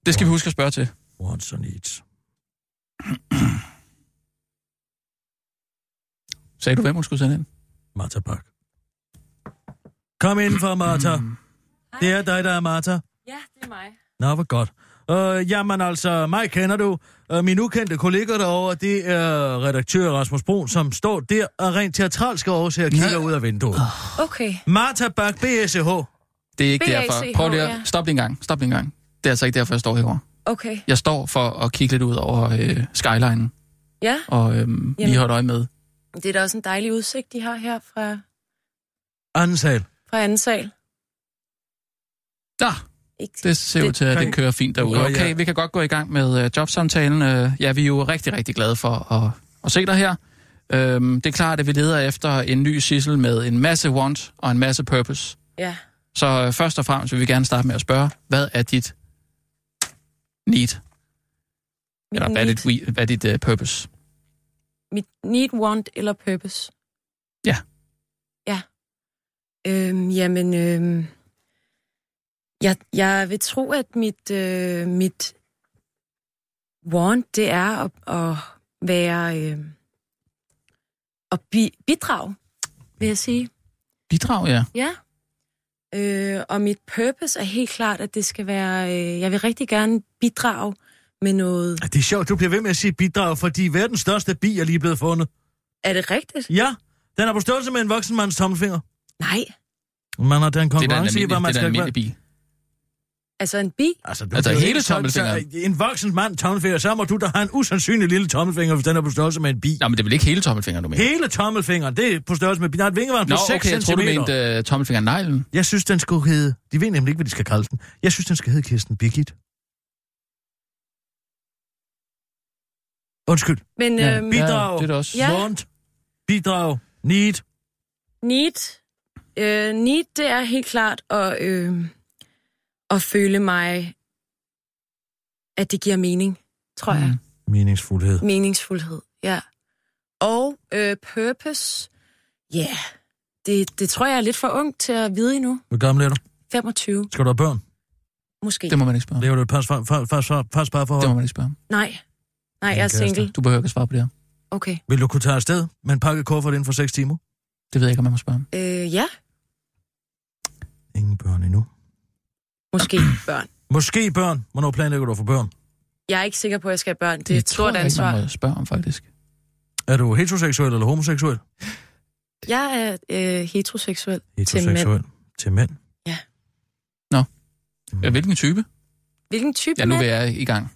[SPEAKER 4] Det skal vi huske at spørge til.
[SPEAKER 3] Wants and needs.
[SPEAKER 4] Sagde du, hvem hun skulle sende ind?
[SPEAKER 3] Martha Bak. Kom indenfor, Martha. Det er dig, der er Martha.
[SPEAKER 7] Mm. Ja, det er mig.
[SPEAKER 3] Nå, hvor godt. Øh, jamen altså, mig kender du. Øh, min ukendte kollega derovre, det er redaktør Rasmus Brun, som står der og rent teatralske årsager kigger ud af vinduet.
[SPEAKER 7] Okay.
[SPEAKER 3] Martha Bak, BSH.
[SPEAKER 4] Det er ikke
[SPEAKER 7] BACH,
[SPEAKER 4] derfor. Prøv lige
[SPEAKER 7] ja.
[SPEAKER 4] at... Stop lige en gang. Stop lige en gang. Det er altså ikke derfor, jeg står herovre.
[SPEAKER 7] Okay.
[SPEAKER 4] Jeg står for at kigge lidt ud over øh, skylinen
[SPEAKER 7] Ja,
[SPEAKER 4] og øh, lige holde øje med.
[SPEAKER 7] det er da også en dejlig udsigt, de har her fra,
[SPEAKER 3] Anden sal.
[SPEAKER 7] fra anden sal.
[SPEAKER 4] Ja,
[SPEAKER 7] Ikke
[SPEAKER 4] det ser ud til, at det kører fint derude.
[SPEAKER 3] Nå, ja.
[SPEAKER 4] Okay, vi kan godt gå i gang med øh, jobsamtalen. Øh, ja, vi er jo rigtig, rigtig glade for at, at se dig her. Øhm, det er klart, at vi leder efter en ny sissel med en masse want og en masse purpose.
[SPEAKER 7] Ja.
[SPEAKER 4] Så øh, først og fremmest vil vi gerne starte med at spørge, hvad er dit need? Eller hvad er dit, we- hvad er dit uh, purpose?
[SPEAKER 7] mit need, want eller purpose?
[SPEAKER 4] Ja.
[SPEAKER 7] Ja. Øhm, jamen, øhm, jeg, jeg vil tro, at mit, øh, mit want, det er at, at være... Øh, at bi- bidrage, vil jeg sige.
[SPEAKER 4] Bidrag, ja.
[SPEAKER 7] Ja. Øh, og mit purpose er helt klart, at det skal være... Øh, jeg vil rigtig gerne bidrage med noget...
[SPEAKER 3] Det er sjovt, du bliver ved med at sige bidrag, fordi verdens største bi er lige blevet fundet.
[SPEAKER 7] Er det rigtigt?
[SPEAKER 3] Ja, den er på størrelse med en voksen mands tommelfinger.
[SPEAKER 7] Nej.
[SPEAKER 3] Man har den
[SPEAKER 4] Det er da en
[SPEAKER 3] konkurrence i,
[SPEAKER 4] almindelig,
[SPEAKER 3] hvad man
[SPEAKER 4] det er da en
[SPEAKER 3] skal
[SPEAKER 4] almindelig bil.
[SPEAKER 7] Altså en bi?
[SPEAKER 3] Altså, du
[SPEAKER 4] Altså,
[SPEAKER 3] bliver
[SPEAKER 4] hele
[SPEAKER 3] helt solgt, så-
[SPEAKER 4] tommelfingeren.
[SPEAKER 3] En voksen mand tommelfinger, så må du der har en usandsynlig lille tommelfinger, hvis den er på størrelse med en bi.
[SPEAKER 4] Nå, men det er vel ikke hele tommelfingeren, du mener?
[SPEAKER 3] Hele tommelfingeren, det er på størrelse med en bi. Nej, et vingevang på
[SPEAKER 4] Nå,
[SPEAKER 3] 6
[SPEAKER 4] okay, jeg tror,
[SPEAKER 3] cm.
[SPEAKER 4] du mente uh, tommelfingerneglen.
[SPEAKER 7] Øhm,
[SPEAKER 3] Jeg synes, den skulle hedde... De ved nemlig ikke, hvad de skal kalde den. Jeg synes, den skal hedde Kirsten Birgit. Undskyld.
[SPEAKER 7] Men
[SPEAKER 4] Ja,
[SPEAKER 7] øhm,
[SPEAKER 3] Bidrag.
[SPEAKER 4] det er det også.
[SPEAKER 7] Ja.
[SPEAKER 3] Want. Bidrag. Need.
[SPEAKER 7] need, øh, need, det er helt klart at, øh, at føle mig, at det giver mening, tror jeg.
[SPEAKER 4] Mm.
[SPEAKER 3] Meningsfuldhed.
[SPEAKER 7] Meningsfuldhed, ja. Og øh, purpose, ja, yeah. det, det tror jeg er lidt for ung til at vide endnu.
[SPEAKER 3] Hvor gammel er du?
[SPEAKER 7] 25,
[SPEAKER 3] Skal du have børn?
[SPEAKER 7] måske.
[SPEAKER 4] Det må man ikke spørge. om.
[SPEAKER 3] Lever du et pas, pas, pas, pas, pas
[SPEAKER 4] Det
[SPEAKER 3] forhold?
[SPEAKER 4] må man ikke spørge. om.
[SPEAKER 7] Nej, nej, jeg er
[SPEAKER 3] kæreste.
[SPEAKER 7] single.
[SPEAKER 4] Du behøver ikke at svare på det her.
[SPEAKER 7] Okay.
[SPEAKER 3] Vil du kunne tage afsted med en pakke kuffert inden for 6 timer?
[SPEAKER 4] Det ved jeg ikke, om man må spørge. om.
[SPEAKER 7] Øh, ja,
[SPEAKER 3] Ingen børn endnu.
[SPEAKER 7] måske børn.
[SPEAKER 3] Måske børn. Hvornår planlægger du for børn? jeg
[SPEAKER 7] Jeg er ikke sikker på, at jeg skal have børn. Det,
[SPEAKER 4] Det
[SPEAKER 7] er et
[SPEAKER 4] tror
[SPEAKER 7] stort
[SPEAKER 4] jeg ikke, man
[SPEAKER 7] ansvar.
[SPEAKER 4] må spørge om, faktisk.
[SPEAKER 3] Er du heteroseksuel eller homoseksuel?
[SPEAKER 7] Jeg er øh, heteroseksuel, til mænd.
[SPEAKER 3] Heteroseksuel. Til mænd.
[SPEAKER 4] Ja, Hvilken type?
[SPEAKER 7] Hvilken type
[SPEAKER 4] Ja, nu
[SPEAKER 7] mand?
[SPEAKER 4] vil jeg i gang.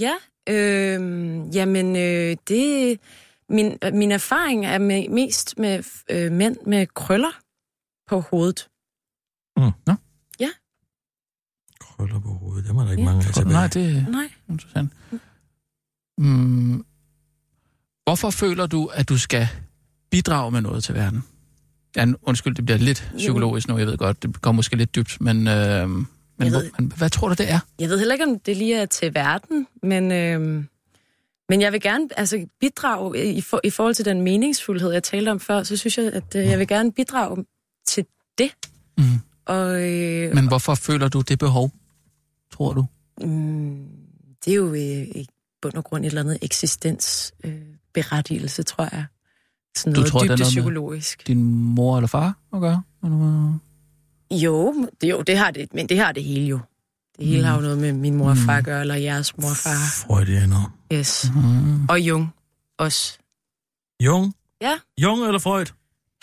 [SPEAKER 7] Ja, øh,
[SPEAKER 8] Øhm,
[SPEAKER 7] jamen øh, det... Min,
[SPEAKER 8] øh,
[SPEAKER 7] min erfaring er med, mest med øh, mænd med krøller på hovedet.
[SPEAKER 3] Mm.
[SPEAKER 4] Nå.
[SPEAKER 7] Ja.
[SPEAKER 3] krøller på hovedet. Dem er der ikke
[SPEAKER 7] Ja,
[SPEAKER 3] mange af
[SPEAKER 4] Tror du-
[SPEAKER 3] tilbage.
[SPEAKER 4] Nej, det er
[SPEAKER 7] Nej.
[SPEAKER 4] interessant. Mm. Hvorfor føler du, at du skal bidrage med noget til verden? Ja, nu- undskyld, det bliver lidt psykologisk nu, jeg ved godt, det kommer måske lidt dybt, men, øh, men,
[SPEAKER 8] Jeg
[SPEAKER 4] hvor,
[SPEAKER 8] ved-
[SPEAKER 4] men hvad tror du, det er?
[SPEAKER 8] Jeg ved heller ikke, om det lige er til verden, men, øhm, men jeg vil gerne altså, bidrage i, for, i forhold til den meningsfuldhed, jeg talte om før, så synes jeg, at øh, jeg vil gerne bidrage til det.
[SPEAKER 4] Mm.
[SPEAKER 8] Og øh,
[SPEAKER 4] Men hvorfor føler du det behov, tror du?
[SPEAKER 8] mm, det er jo øh, i bund og grund et eller andet eksistensberettigelse, tror jeg. Sådan
[SPEAKER 4] Du
[SPEAKER 8] noget
[SPEAKER 4] tror, det er
[SPEAKER 8] dybt
[SPEAKER 4] noget med-
[SPEAKER 8] psykologisk.
[SPEAKER 4] Din mor eller far at gøre? Eller hvad?
[SPEAKER 8] Jo, det, jo det har det, men det har det hele jo. Det hele
[SPEAKER 4] Mm.
[SPEAKER 8] mm. har jo noget med min mor og far
[SPEAKER 4] Mm.
[SPEAKER 8] at gøre, eller jeres mor og far.
[SPEAKER 3] Freudianer.
[SPEAKER 8] Yes.
[SPEAKER 4] Mm.
[SPEAKER 8] Og Jung også.
[SPEAKER 3] Jung?
[SPEAKER 8] Ja.
[SPEAKER 3] Jung eller Freud?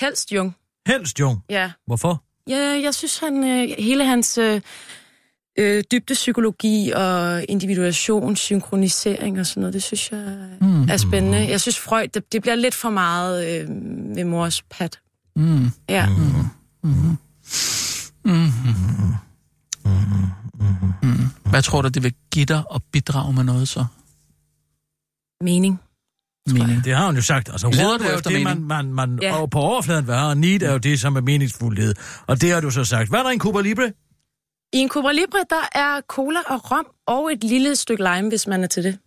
[SPEAKER 8] Helst Jung,
[SPEAKER 3] Helst Jung.
[SPEAKER 8] ja.
[SPEAKER 3] Hvorfor?
[SPEAKER 8] Ja, jeg synes, han øh, hele hans øh, øh, dybde psykologi og individuation, synkronisering og sådan noget, det synes jeg
[SPEAKER 4] Mm.
[SPEAKER 8] er spændende. Jeg synes, Freud, det, det bliver lidt for meget øh, med mors pat.
[SPEAKER 4] Mm.
[SPEAKER 8] Ja.
[SPEAKER 3] Mm.
[SPEAKER 4] Mm. Mm. Hvad tror du, det vil give dig at bidrage med noget så?
[SPEAKER 8] Mening.
[SPEAKER 4] Mening.
[SPEAKER 3] Det har hun jo sagt. Altså,
[SPEAKER 4] Leder
[SPEAKER 3] hovedet
[SPEAKER 4] du
[SPEAKER 3] er jo
[SPEAKER 4] efter
[SPEAKER 3] det, man,
[SPEAKER 4] mening?
[SPEAKER 3] man, man ja.
[SPEAKER 8] Ja.
[SPEAKER 3] og på overfladen vil have, og need er jo det, som er meningsfuldhed. Og det har du så sagt. Hvad er der i en Cuba Libre?
[SPEAKER 8] I en Cobra Libre, der er cola og rom og et lille stykke lime, hvis man er til det.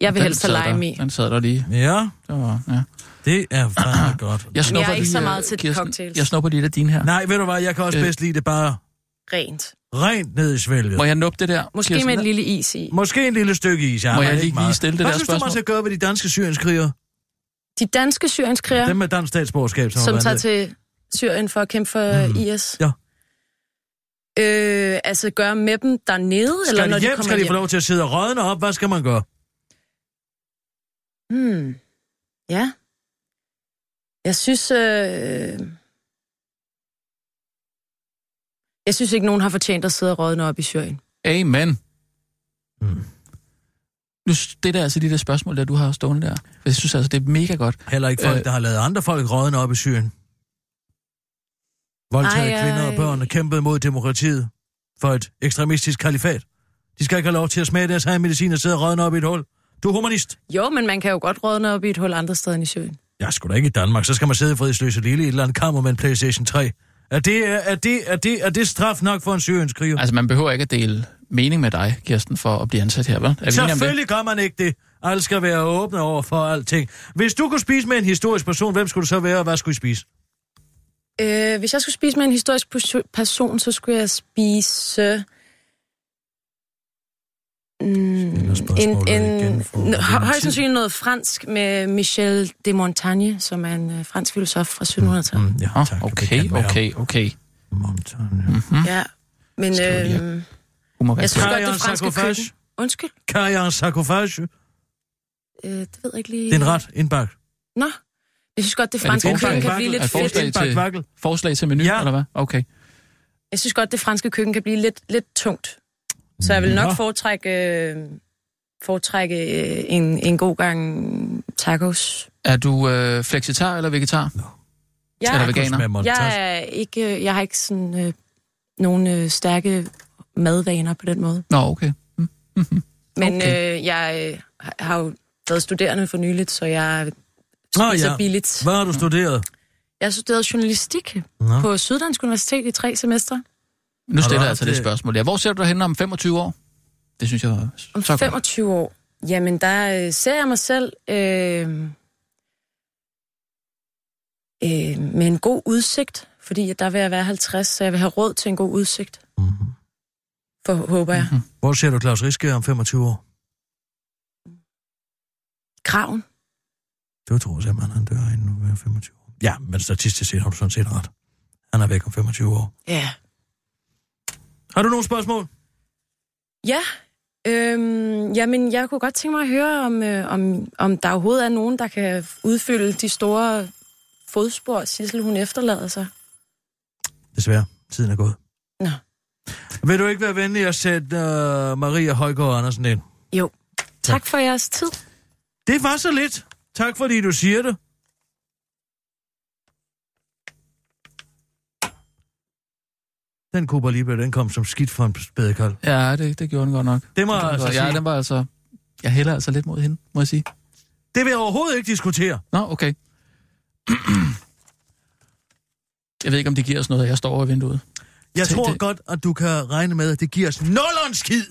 [SPEAKER 8] Jeg vil
[SPEAKER 4] Den
[SPEAKER 8] helst have
[SPEAKER 4] sad
[SPEAKER 8] lime
[SPEAKER 4] der.
[SPEAKER 8] i.
[SPEAKER 4] Den sad der lige.
[SPEAKER 3] Ja,
[SPEAKER 4] Det var, ja.
[SPEAKER 3] det er fandme godt.
[SPEAKER 4] Jeg snupper
[SPEAKER 8] er ikke
[SPEAKER 4] lige,
[SPEAKER 8] så
[SPEAKER 4] øh,
[SPEAKER 8] meget til
[SPEAKER 4] Kirsten,
[SPEAKER 8] cocktails.
[SPEAKER 4] Jeg snupper lige af dine her.
[SPEAKER 3] Nej, ved du hvad, jeg kan også
[SPEAKER 4] Øh.
[SPEAKER 3] bedst lide det bare
[SPEAKER 8] Rent.
[SPEAKER 3] rent ned i svælget.
[SPEAKER 4] Må jeg nuppe det der?
[SPEAKER 8] Måske
[SPEAKER 4] Kirsten?
[SPEAKER 8] med et lille is i.
[SPEAKER 3] Måske en lille stykke is. Jeg
[SPEAKER 4] Må
[SPEAKER 3] har
[SPEAKER 4] jeg
[SPEAKER 3] ikke
[SPEAKER 4] lige
[SPEAKER 3] meget.
[SPEAKER 4] stille det
[SPEAKER 3] Hvad
[SPEAKER 4] der
[SPEAKER 3] synes du, man
[SPEAKER 4] spørgsmål?
[SPEAKER 3] skal gøre ved de danske syrienskrigere?
[SPEAKER 8] De danske syrienskriger,
[SPEAKER 3] Dem med dansk statsborgerskab, som, har
[SPEAKER 8] som
[SPEAKER 3] været
[SPEAKER 8] tager
[SPEAKER 3] ned.
[SPEAKER 8] til Syrien for at kæmpe for mm. IS.
[SPEAKER 3] Ja.
[SPEAKER 8] Øh, altså gøre med dem dernede, eller
[SPEAKER 3] Skal
[SPEAKER 8] når
[SPEAKER 3] de hjem,
[SPEAKER 8] de kommer
[SPEAKER 3] skal de få
[SPEAKER 8] hjem?
[SPEAKER 3] lov til at sidde og rådne op? Hvad skal man gøre?
[SPEAKER 8] Hmm. Ja. Jeg synes... Øh... Jeg synes ikke, nogen har fortjent at sidde og rådne op i Syrien.
[SPEAKER 4] Amen.
[SPEAKER 3] Mm.
[SPEAKER 4] Nu stiller jeg altså de der spørgsmål, der du har stående der. For Jeg synes altså, det er mega godt.
[SPEAKER 3] Heller ikke folk, øh.
[SPEAKER 4] Øh.
[SPEAKER 3] der har lavet andre folk rådne op i Syrien. Voldtaget
[SPEAKER 8] Ej,
[SPEAKER 3] kvinder og
[SPEAKER 8] ej.
[SPEAKER 3] børn og kæmpet mod demokratiet for et ekstremistisk kalifat. De skal ikke have lov til at smage deres egen medicin og sidde og rådne op i et hul. Du er humanist.
[SPEAKER 8] Jo, men man kan jo godt rådne op i et hul andre steder end i Syrien.
[SPEAKER 3] Jeg skulle da ikke i Danmark. Så skal man sidde i fredsløse lille i et eller andet kammer med en Playstation 3. Er det, er, er det, er det, er det straf nok for en syrienskriger?
[SPEAKER 4] Altså, man behøver ikke at dele mening med dig, Kirsten, for at blive ansat her, vel? Er vi enige om det?
[SPEAKER 3] Selvfølgelig gør man ikke det. Alle skal være åbne over for alting. Hvis du kunne spise med en historisk person, hvem skulle du så være, og hvad skulle I spise?
[SPEAKER 8] Øh, hvis jeg skulle spise med en historisk perso- person, så skulle jeg spise... Mm,
[SPEAKER 3] Stiller spørgsmålet igen for
[SPEAKER 8] Nå,
[SPEAKER 3] at
[SPEAKER 8] hø-
[SPEAKER 3] vinde tid.
[SPEAKER 8] højst sandsynligt noget fransk med Michel de Montagne, som er en øh, fransk filosof fra 1700-tallet. Mm.
[SPEAKER 3] ja,
[SPEAKER 4] Nå, okay, okay, okay.
[SPEAKER 3] Montagne.
[SPEAKER 4] Mm-hmm.
[SPEAKER 8] Ja, men
[SPEAKER 4] Skriv det her.
[SPEAKER 8] øh,
[SPEAKER 4] Du må være
[SPEAKER 8] jeg synes
[SPEAKER 3] Kan
[SPEAKER 8] godt,
[SPEAKER 3] jeg
[SPEAKER 8] det
[SPEAKER 3] en
[SPEAKER 8] franske
[SPEAKER 3] sarkofag?
[SPEAKER 8] køkken... Undskyld,
[SPEAKER 3] Kan jeg en sarkofage?
[SPEAKER 8] øh, det ved jeg ikke lige...
[SPEAKER 3] Det er en ret, indbagt.
[SPEAKER 8] Nå, jeg synes godt, det
[SPEAKER 4] Er det
[SPEAKER 8] franske
[SPEAKER 4] forslag?
[SPEAKER 8] køkken kan blive
[SPEAKER 4] Vakkel? Er
[SPEAKER 8] lidt
[SPEAKER 4] det forslag?
[SPEAKER 8] fedt.
[SPEAKER 3] Indbagt
[SPEAKER 4] til-
[SPEAKER 3] vakkel.
[SPEAKER 4] Forslag til menu,
[SPEAKER 3] Ja.
[SPEAKER 4] ja. eller hvad? Okay.
[SPEAKER 8] Jeg synes godt, det franske køkken kan blive lidt, lidt tungt. Så jeg vil nok
[SPEAKER 3] Nå.
[SPEAKER 8] foretrække, øh, foretrække øh, en, en god gang tacos.
[SPEAKER 4] Er du øh, flexitar eller vegetar? Eller
[SPEAKER 8] Jeg,
[SPEAKER 4] veganer?
[SPEAKER 3] Med
[SPEAKER 8] jeg,
[SPEAKER 3] montage.
[SPEAKER 8] er ikke, jeg har ikke sådan øh, nogen øh, stærke madvaner på den måde.
[SPEAKER 4] Nå, okay.
[SPEAKER 8] Men
[SPEAKER 4] Okay.
[SPEAKER 8] øh, jeg øh, har- har jo været studerende for nyligt, så jeg
[SPEAKER 3] Nå,
[SPEAKER 8] spiser
[SPEAKER 3] ja.
[SPEAKER 8] billigt.
[SPEAKER 3] Hvad har du studeret?
[SPEAKER 8] Jeg studerede journalistik
[SPEAKER 3] Nå.
[SPEAKER 8] på Syddansk Universitet i tre semestre.
[SPEAKER 4] Nu
[SPEAKER 3] Har du
[SPEAKER 4] stiller jeg
[SPEAKER 3] haft
[SPEAKER 4] altså det
[SPEAKER 3] det-
[SPEAKER 4] spørgsmål. Ja, hvor ser du dig henne om 25 år? Det synes jeg var
[SPEAKER 8] Om
[SPEAKER 4] så godt.
[SPEAKER 8] 25 år, jamen der øh, ser jeg mig selv øh, øh, med en god udsigt, fordi der vil jeg være 50, så jeg vil have råd til en god udsigt,
[SPEAKER 3] Mhm.
[SPEAKER 8] for håber jeg. Mm-hmm.
[SPEAKER 3] Hvor ser du Claus Riske om 25 år?
[SPEAKER 8] Kraven.
[SPEAKER 3] Du tror simpelthen, han dør inden du er 25 år. Ja, men statistisk set har du sådan set ret. Han er væk om 25 år.
[SPEAKER 8] Ja.
[SPEAKER 3] Har du nogle spørgsmål?
[SPEAKER 8] Ja. Øhm, jamen, jeg kunne godt tænke mig at høre, om, øh, om, om der overhovedet er nogen, der kan udfylde de store fodspor, Sissel hun efterlader sig.
[SPEAKER 3] Desværre, tiden er gået.
[SPEAKER 8] Nå.
[SPEAKER 3] Vil du ikke være venlig at sætte uh, Maria Højgaard Andersen ind?
[SPEAKER 8] Jo. Tak for jeres tid.
[SPEAKER 3] Det var så lidt. Tak fordi du siger det. Den Cooper Libre, den kom som skidt fra en spædekold.
[SPEAKER 4] Ja, det, det gjorde den godt nok.
[SPEAKER 3] Det må
[SPEAKER 4] Det
[SPEAKER 3] jeg altså
[SPEAKER 4] gjorde den godt. Ja,
[SPEAKER 3] sige.
[SPEAKER 4] den var altså... Jeg hælder altså lidt mod hende, må jeg sige.
[SPEAKER 3] Det vil jeg overhovedet ikke diskutere.
[SPEAKER 4] Nå, okay. jeg ved ikke, om det giver os noget, at jeg står over i vinduet.
[SPEAKER 3] Jeg
[SPEAKER 4] Det-
[SPEAKER 3] tror
[SPEAKER 4] det-
[SPEAKER 3] godt, at du kan regne med, at det giver os nullerens skid.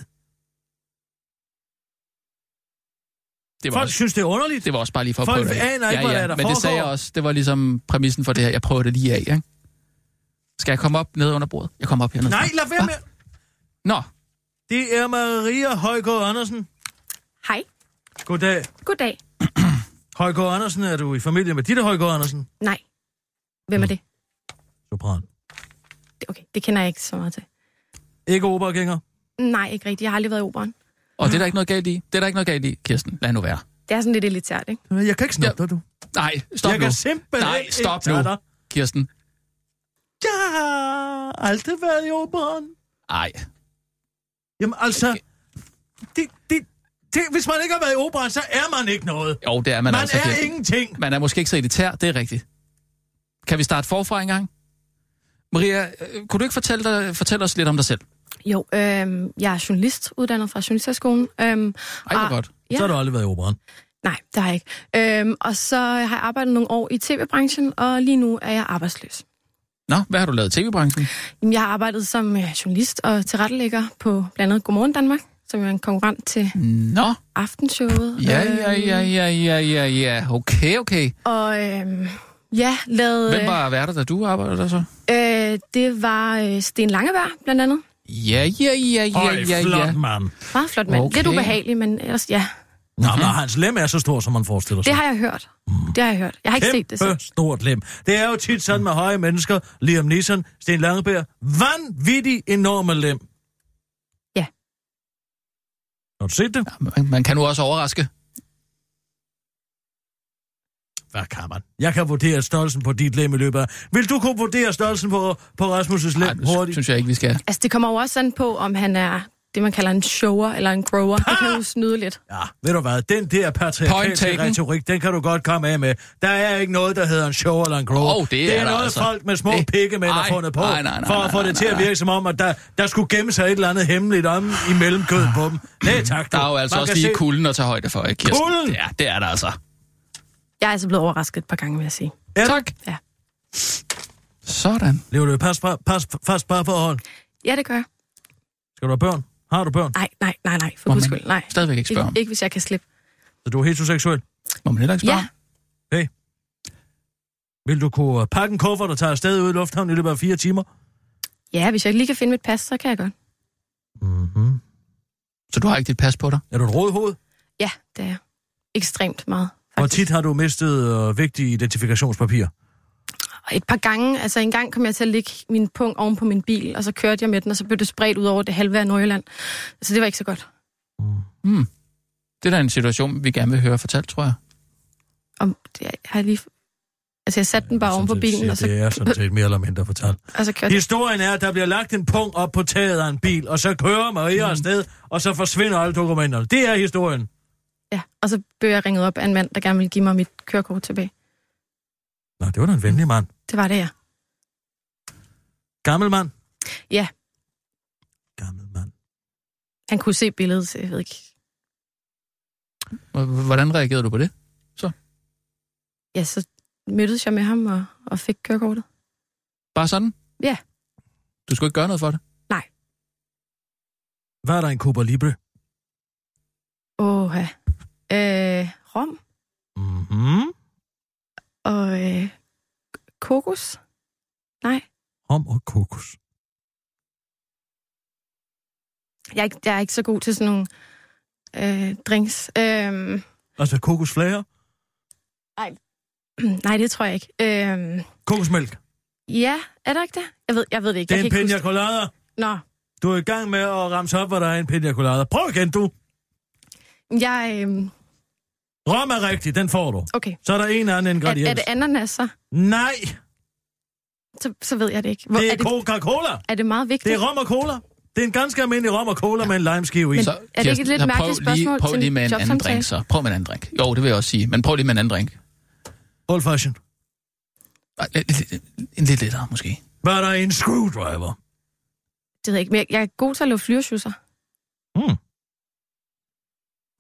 [SPEAKER 4] Det var,
[SPEAKER 3] Folk
[SPEAKER 4] også,
[SPEAKER 3] synes, det er underligt.
[SPEAKER 4] det var også bare lige for at
[SPEAKER 3] Folk
[SPEAKER 4] prøve det. af.
[SPEAKER 3] aner ikke, hvad der er, der
[SPEAKER 4] Men det sagde jeg
[SPEAKER 3] foregår.
[SPEAKER 4] også. Det var ligesom præmissen for det her. Jeg prøver det lige af, ikke? Skal jeg komme op ned under bordet? Jeg kommer op hernede.
[SPEAKER 3] Nej, lad være
[SPEAKER 4] Hva?
[SPEAKER 3] med.
[SPEAKER 4] Nå,
[SPEAKER 3] Det er Maria Højgaard Andersen.
[SPEAKER 9] Hej.
[SPEAKER 3] Goddag.
[SPEAKER 9] Goddag.
[SPEAKER 3] Højgaard Andersen, er du i familie med Ditte Højgaard Andersen?
[SPEAKER 9] Nej. Hvem er det?
[SPEAKER 3] Sopran.
[SPEAKER 9] Det- Okay, det kender jeg ikke så meget til.
[SPEAKER 3] Ikke operagænger.
[SPEAKER 9] Nej, ikke rigtigt. Jeg har aldrig været i operen.
[SPEAKER 4] og det er der ikke noget galt i. Det er der ikke noget galt i, Kirsten. Lad nu være.
[SPEAKER 9] Det er sådan lidt elitært, ikke?
[SPEAKER 3] Jeg kan ikke snappe dig, du.
[SPEAKER 4] Nej, stop
[SPEAKER 3] jeg
[SPEAKER 4] nu.
[SPEAKER 3] kan simpelthen
[SPEAKER 4] Nej, stop
[SPEAKER 3] ikke tage
[SPEAKER 4] nu,
[SPEAKER 3] dig.
[SPEAKER 4] Kirsten.
[SPEAKER 3] Jeg har aldrig været i operan.
[SPEAKER 4] Nej.
[SPEAKER 3] Jamen altså, det, det, det, hvis man ikke har været i operan, så er man ikke noget.
[SPEAKER 4] Jo, det er
[SPEAKER 3] Man,
[SPEAKER 4] man,
[SPEAKER 3] man
[SPEAKER 4] altså,
[SPEAKER 3] er
[SPEAKER 4] Kirsten.
[SPEAKER 3] ingenting.
[SPEAKER 4] Man er måske ikke så elitær, det er rigtigt. Kan vi starte forfra engang? Maria, øh, kunne du ikke fortælle, dig, fortælle os lidt om dig selv?
[SPEAKER 9] Jo, øhm, jeg er journalist, uddannet fra Journalisterskolen. Øhm,
[SPEAKER 4] Ej, hvor
[SPEAKER 9] Ah.
[SPEAKER 4] godt.
[SPEAKER 9] Ja.
[SPEAKER 3] Så har du aldrig været i operan.
[SPEAKER 9] nej, det har jeg ikke. Øhm, og så har jeg arbejdet nogle år i tv-branchen, og lige nu er jeg arbejdsløs.
[SPEAKER 4] Nå, hvad har du lavet i tv-branchen?
[SPEAKER 9] Jamen, jeg har arbejdet som øh, journalist og tilrettelægger på blandt andet Godmorgen Danmark, som jo er en konkurrent til
[SPEAKER 4] Nå,
[SPEAKER 9] aftenshowet.
[SPEAKER 4] Mm. ja,
[SPEAKER 9] Øhm,
[SPEAKER 4] ja, ja, ja, ja, ja, ja. Okay, okay.
[SPEAKER 9] Og øhm, ja, lavede...
[SPEAKER 4] Hvem var værter, da du arbejdede der så?
[SPEAKER 9] Øh, det var øh, Sten Langeberg, blandt andet.
[SPEAKER 4] Ja, ja, ja, ja, ja, ja.
[SPEAKER 3] flot mand.
[SPEAKER 9] Meget flot mand.
[SPEAKER 4] Okay.
[SPEAKER 9] Okay. Lidt ubehagelig, men ellers, ja.
[SPEAKER 3] Nå, men hans lem er så stor, som man forestiller sig.
[SPEAKER 9] Det har jeg hørt.
[SPEAKER 4] Mm.
[SPEAKER 9] Det har jeg hørt. Jeg har ikke set det så.
[SPEAKER 3] Kæmpe stort lem. Det er jo tit sådan med høje mennesker. Liam Neeson, Sten Langebær. Vanvittig enorme lem.
[SPEAKER 9] Ja.
[SPEAKER 3] Har du set det?
[SPEAKER 4] Man- Man kan nu også overraske.
[SPEAKER 3] Hvad kan man? Jeg kan vurdere størrelsen på dit lem i løbet af... Vil du kunne vurdere størrelsen på, på Rasmus'
[SPEAKER 4] Nej,
[SPEAKER 3] lem
[SPEAKER 4] det
[SPEAKER 3] hurtigt?
[SPEAKER 4] synes jeg ikke, vi skal.
[SPEAKER 9] Altså, det kommer jo også an på, om han er det, man kalder en shower eller en grower. Det kan jo snyde lidt.
[SPEAKER 3] Ja, ved du hvad? Den der
[SPEAKER 4] Point
[SPEAKER 3] patriarkalske
[SPEAKER 4] taken.
[SPEAKER 3] retorik, den kan du godt komme af med. Der er ikke noget, der hedder en show eller en grow.
[SPEAKER 4] Åh, det er
[SPEAKER 3] det er
[SPEAKER 4] der
[SPEAKER 3] noget,
[SPEAKER 4] altså.
[SPEAKER 3] folk med små
[SPEAKER 4] Det-
[SPEAKER 3] pikkemænd har
[SPEAKER 4] Ej,
[SPEAKER 3] fundet på,
[SPEAKER 4] nej, nej, nej,
[SPEAKER 3] for at få
[SPEAKER 4] nej,
[SPEAKER 3] det
[SPEAKER 4] nej,
[SPEAKER 3] til at
[SPEAKER 4] nej.
[SPEAKER 3] virke som om, at der, der skulle gemme sig et eller andet hemmeligt om imellem kødet på dem. Nej, tak.
[SPEAKER 4] Der
[SPEAKER 3] du.
[SPEAKER 4] er jo altså
[SPEAKER 3] Man
[SPEAKER 4] også
[SPEAKER 3] kan
[SPEAKER 4] lige
[SPEAKER 3] se-
[SPEAKER 4] kulden at tage højde for, ikke, Kirsten?
[SPEAKER 3] Kulden?
[SPEAKER 4] Ja, det er der altså.
[SPEAKER 9] Jeg er altså blevet overrasket et par gange, vil jeg sige.
[SPEAKER 3] Ja.
[SPEAKER 4] Tak.
[SPEAKER 9] Ja.
[SPEAKER 4] Sådan.
[SPEAKER 3] Lever du i pas, pas, pas, fast parforhold?
[SPEAKER 9] Ja, det gør jeg.
[SPEAKER 3] Skal du have børn? Har du børn?
[SPEAKER 9] Nej, nej, nej, nej. For
[SPEAKER 4] Må
[SPEAKER 9] guds
[SPEAKER 4] man
[SPEAKER 9] skyld, nej.
[SPEAKER 4] Stadigvæk ikke
[SPEAKER 9] Ikke,
[SPEAKER 4] spørge om.
[SPEAKER 9] ikke, hvis jeg kan slippe.
[SPEAKER 3] Så du er heteroseksuel?
[SPEAKER 4] Må man heller ikke spørge
[SPEAKER 9] Ja,
[SPEAKER 4] om?
[SPEAKER 3] Vil du kunne øh, pakke en kuffert og tage afsted ud i lufthavnen i løbet af fire timer?
[SPEAKER 9] ja, hvis jeg ikke lige kan finde mit pas, så kan jeg godt.
[SPEAKER 3] Mm-hmm.
[SPEAKER 4] Så du har ikke dit pas på dig?
[SPEAKER 3] Er du et rådhoved?
[SPEAKER 9] Ja, det er jeg. Ekstremt meget.
[SPEAKER 3] Hvor
[SPEAKER 9] faktisk.
[SPEAKER 3] tit har du mistet øh, vigtige identifikationspapirer?
[SPEAKER 9] Og Et par gange, altså en gang kom jeg til at lægge min pung oven på min bil, og så kørte jeg med den, og så blev det spredt ud over det halve af Nordjylland. Så det var ikke så godt.
[SPEAKER 4] Det er da en situation, vi gerne vil høre fortalt, tror jeg.
[SPEAKER 9] Om det har jeg lige... Altså jeg satte den bare oven på
[SPEAKER 3] Sådan set siger,
[SPEAKER 9] bilen, og så,
[SPEAKER 3] Det er sådan set mere eller mindre fortalt.
[SPEAKER 9] og så kørte jeg.
[SPEAKER 3] Historien er, at der bliver lagt en pung op på taget af en bil, og så kører Maria mm. afsted, og så forsvinder alle dokumenterne. Det er historien.
[SPEAKER 9] Ja, og så blev jeg ringet op af en mand, der gerne ville give mig mit kørekort tilbage.
[SPEAKER 3] Nå, det var da en venlig mand.
[SPEAKER 9] Det var det, ja.
[SPEAKER 3] Gammel mand?
[SPEAKER 9] Ja.
[SPEAKER 3] Gammel mand.
[SPEAKER 9] Han kunne se billedet, så jeg ved ikke.
[SPEAKER 4] H- Hvordan reagerede du på det?
[SPEAKER 9] Ja, så mødtes jeg med ham og, og fik kørekortet.
[SPEAKER 4] Bare sådan?
[SPEAKER 9] Ja.
[SPEAKER 4] Du skulle ikke gøre noget for det?
[SPEAKER 3] Hvad er der i en Cuba Libre?
[SPEAKER 9] Åh, ja. Øh, rom
[SPEAKER 3] Mm-hmm.
[SPEAKER 9] og øh, kokos. Nej,
[SPEAKER 3] Rom og kokos.
[SPEAKER 9] jeg er, ikke, jeg er ikke så god til sådan nogle øh, drinks. Øh,
[SPEAKER 3] Altså kokosflager?
[SPEAKER 9] nej, det tror jeg ikke. Øh,
[SPEAKER 3] Kokosmælk.
[SPEAKER 9] ja, er der ikke det? Jeg ved, jeg ved det ikke.
[SPEAKER 3] Det er
[SPEAKER 9] jeg
[SPEAKER 3] en
[SPEAKER 9] kan ikke
[SPEAKER 3] pina
[SPEAKER 9] huske
[SPEAKER 3] colada.
[SPEAKER 9] det. Nå,
[SPEAKER 3] Du er i gang med at ramse op, hvad der er i en pina colada. Prøv igen, du.
[SPEAKER 9] jeg... Øh,
[SPEAKER 3] Rom er rigtig, den får du.
[SPEAKER 9] okay,
[SPEAKER 3] Så er der en anden
[SPEAKER 9] er,
[SPEAKER 3] ingrediens.
[SPEAKER 9] er det ananas så?
[SPEAKER 3] Nej,
[SPEAKER 9] så? Så ved jeg det ikke. Hvor,
[SPEAKER 3] det
[SPEAKER 9] er,
[SPEAKER 3] er,
[SPEAKER 9] det,
[SPEAKER 3] Coca-Cola.
[SPEAKER 9] er det meget vigtigt?
[SPEAKER 3] Det er rom og cola. Det er en ganske almindelig rom og cola med en limeskive i.
[SPEAKER 9] Men-
[SPEAKER 4] Så,
[SPEAKER 9] er det ikke
[SPEAKER 4] Kirsten,
[SPEAKER 9] et lidt
[SPEAKER 4] så prøv
[SPEAKER 9] mærkeligt spørgsmål
[SPEAKER 4] lige, Prøv
[SPEAKER 9] til
[SPEAKER 4] lige med en anden
[SPEAKER 9] jobsamtale?
[SPEAKER 4] drink, så. Prøv med en anden drink. Jo, det vil jeg også sige. Men prøv lige med en anden drink.
[SPEAKER 3] Old fashion.
[SPEAKER 4] Ej, lidt- lidt- En lidt lettere, måske.
[SPEAKER 3] Var der en screwdriver?
[SPEAKER 9] det ved jeg ikke, men jeg, jeg er god til at lave flyverschusser.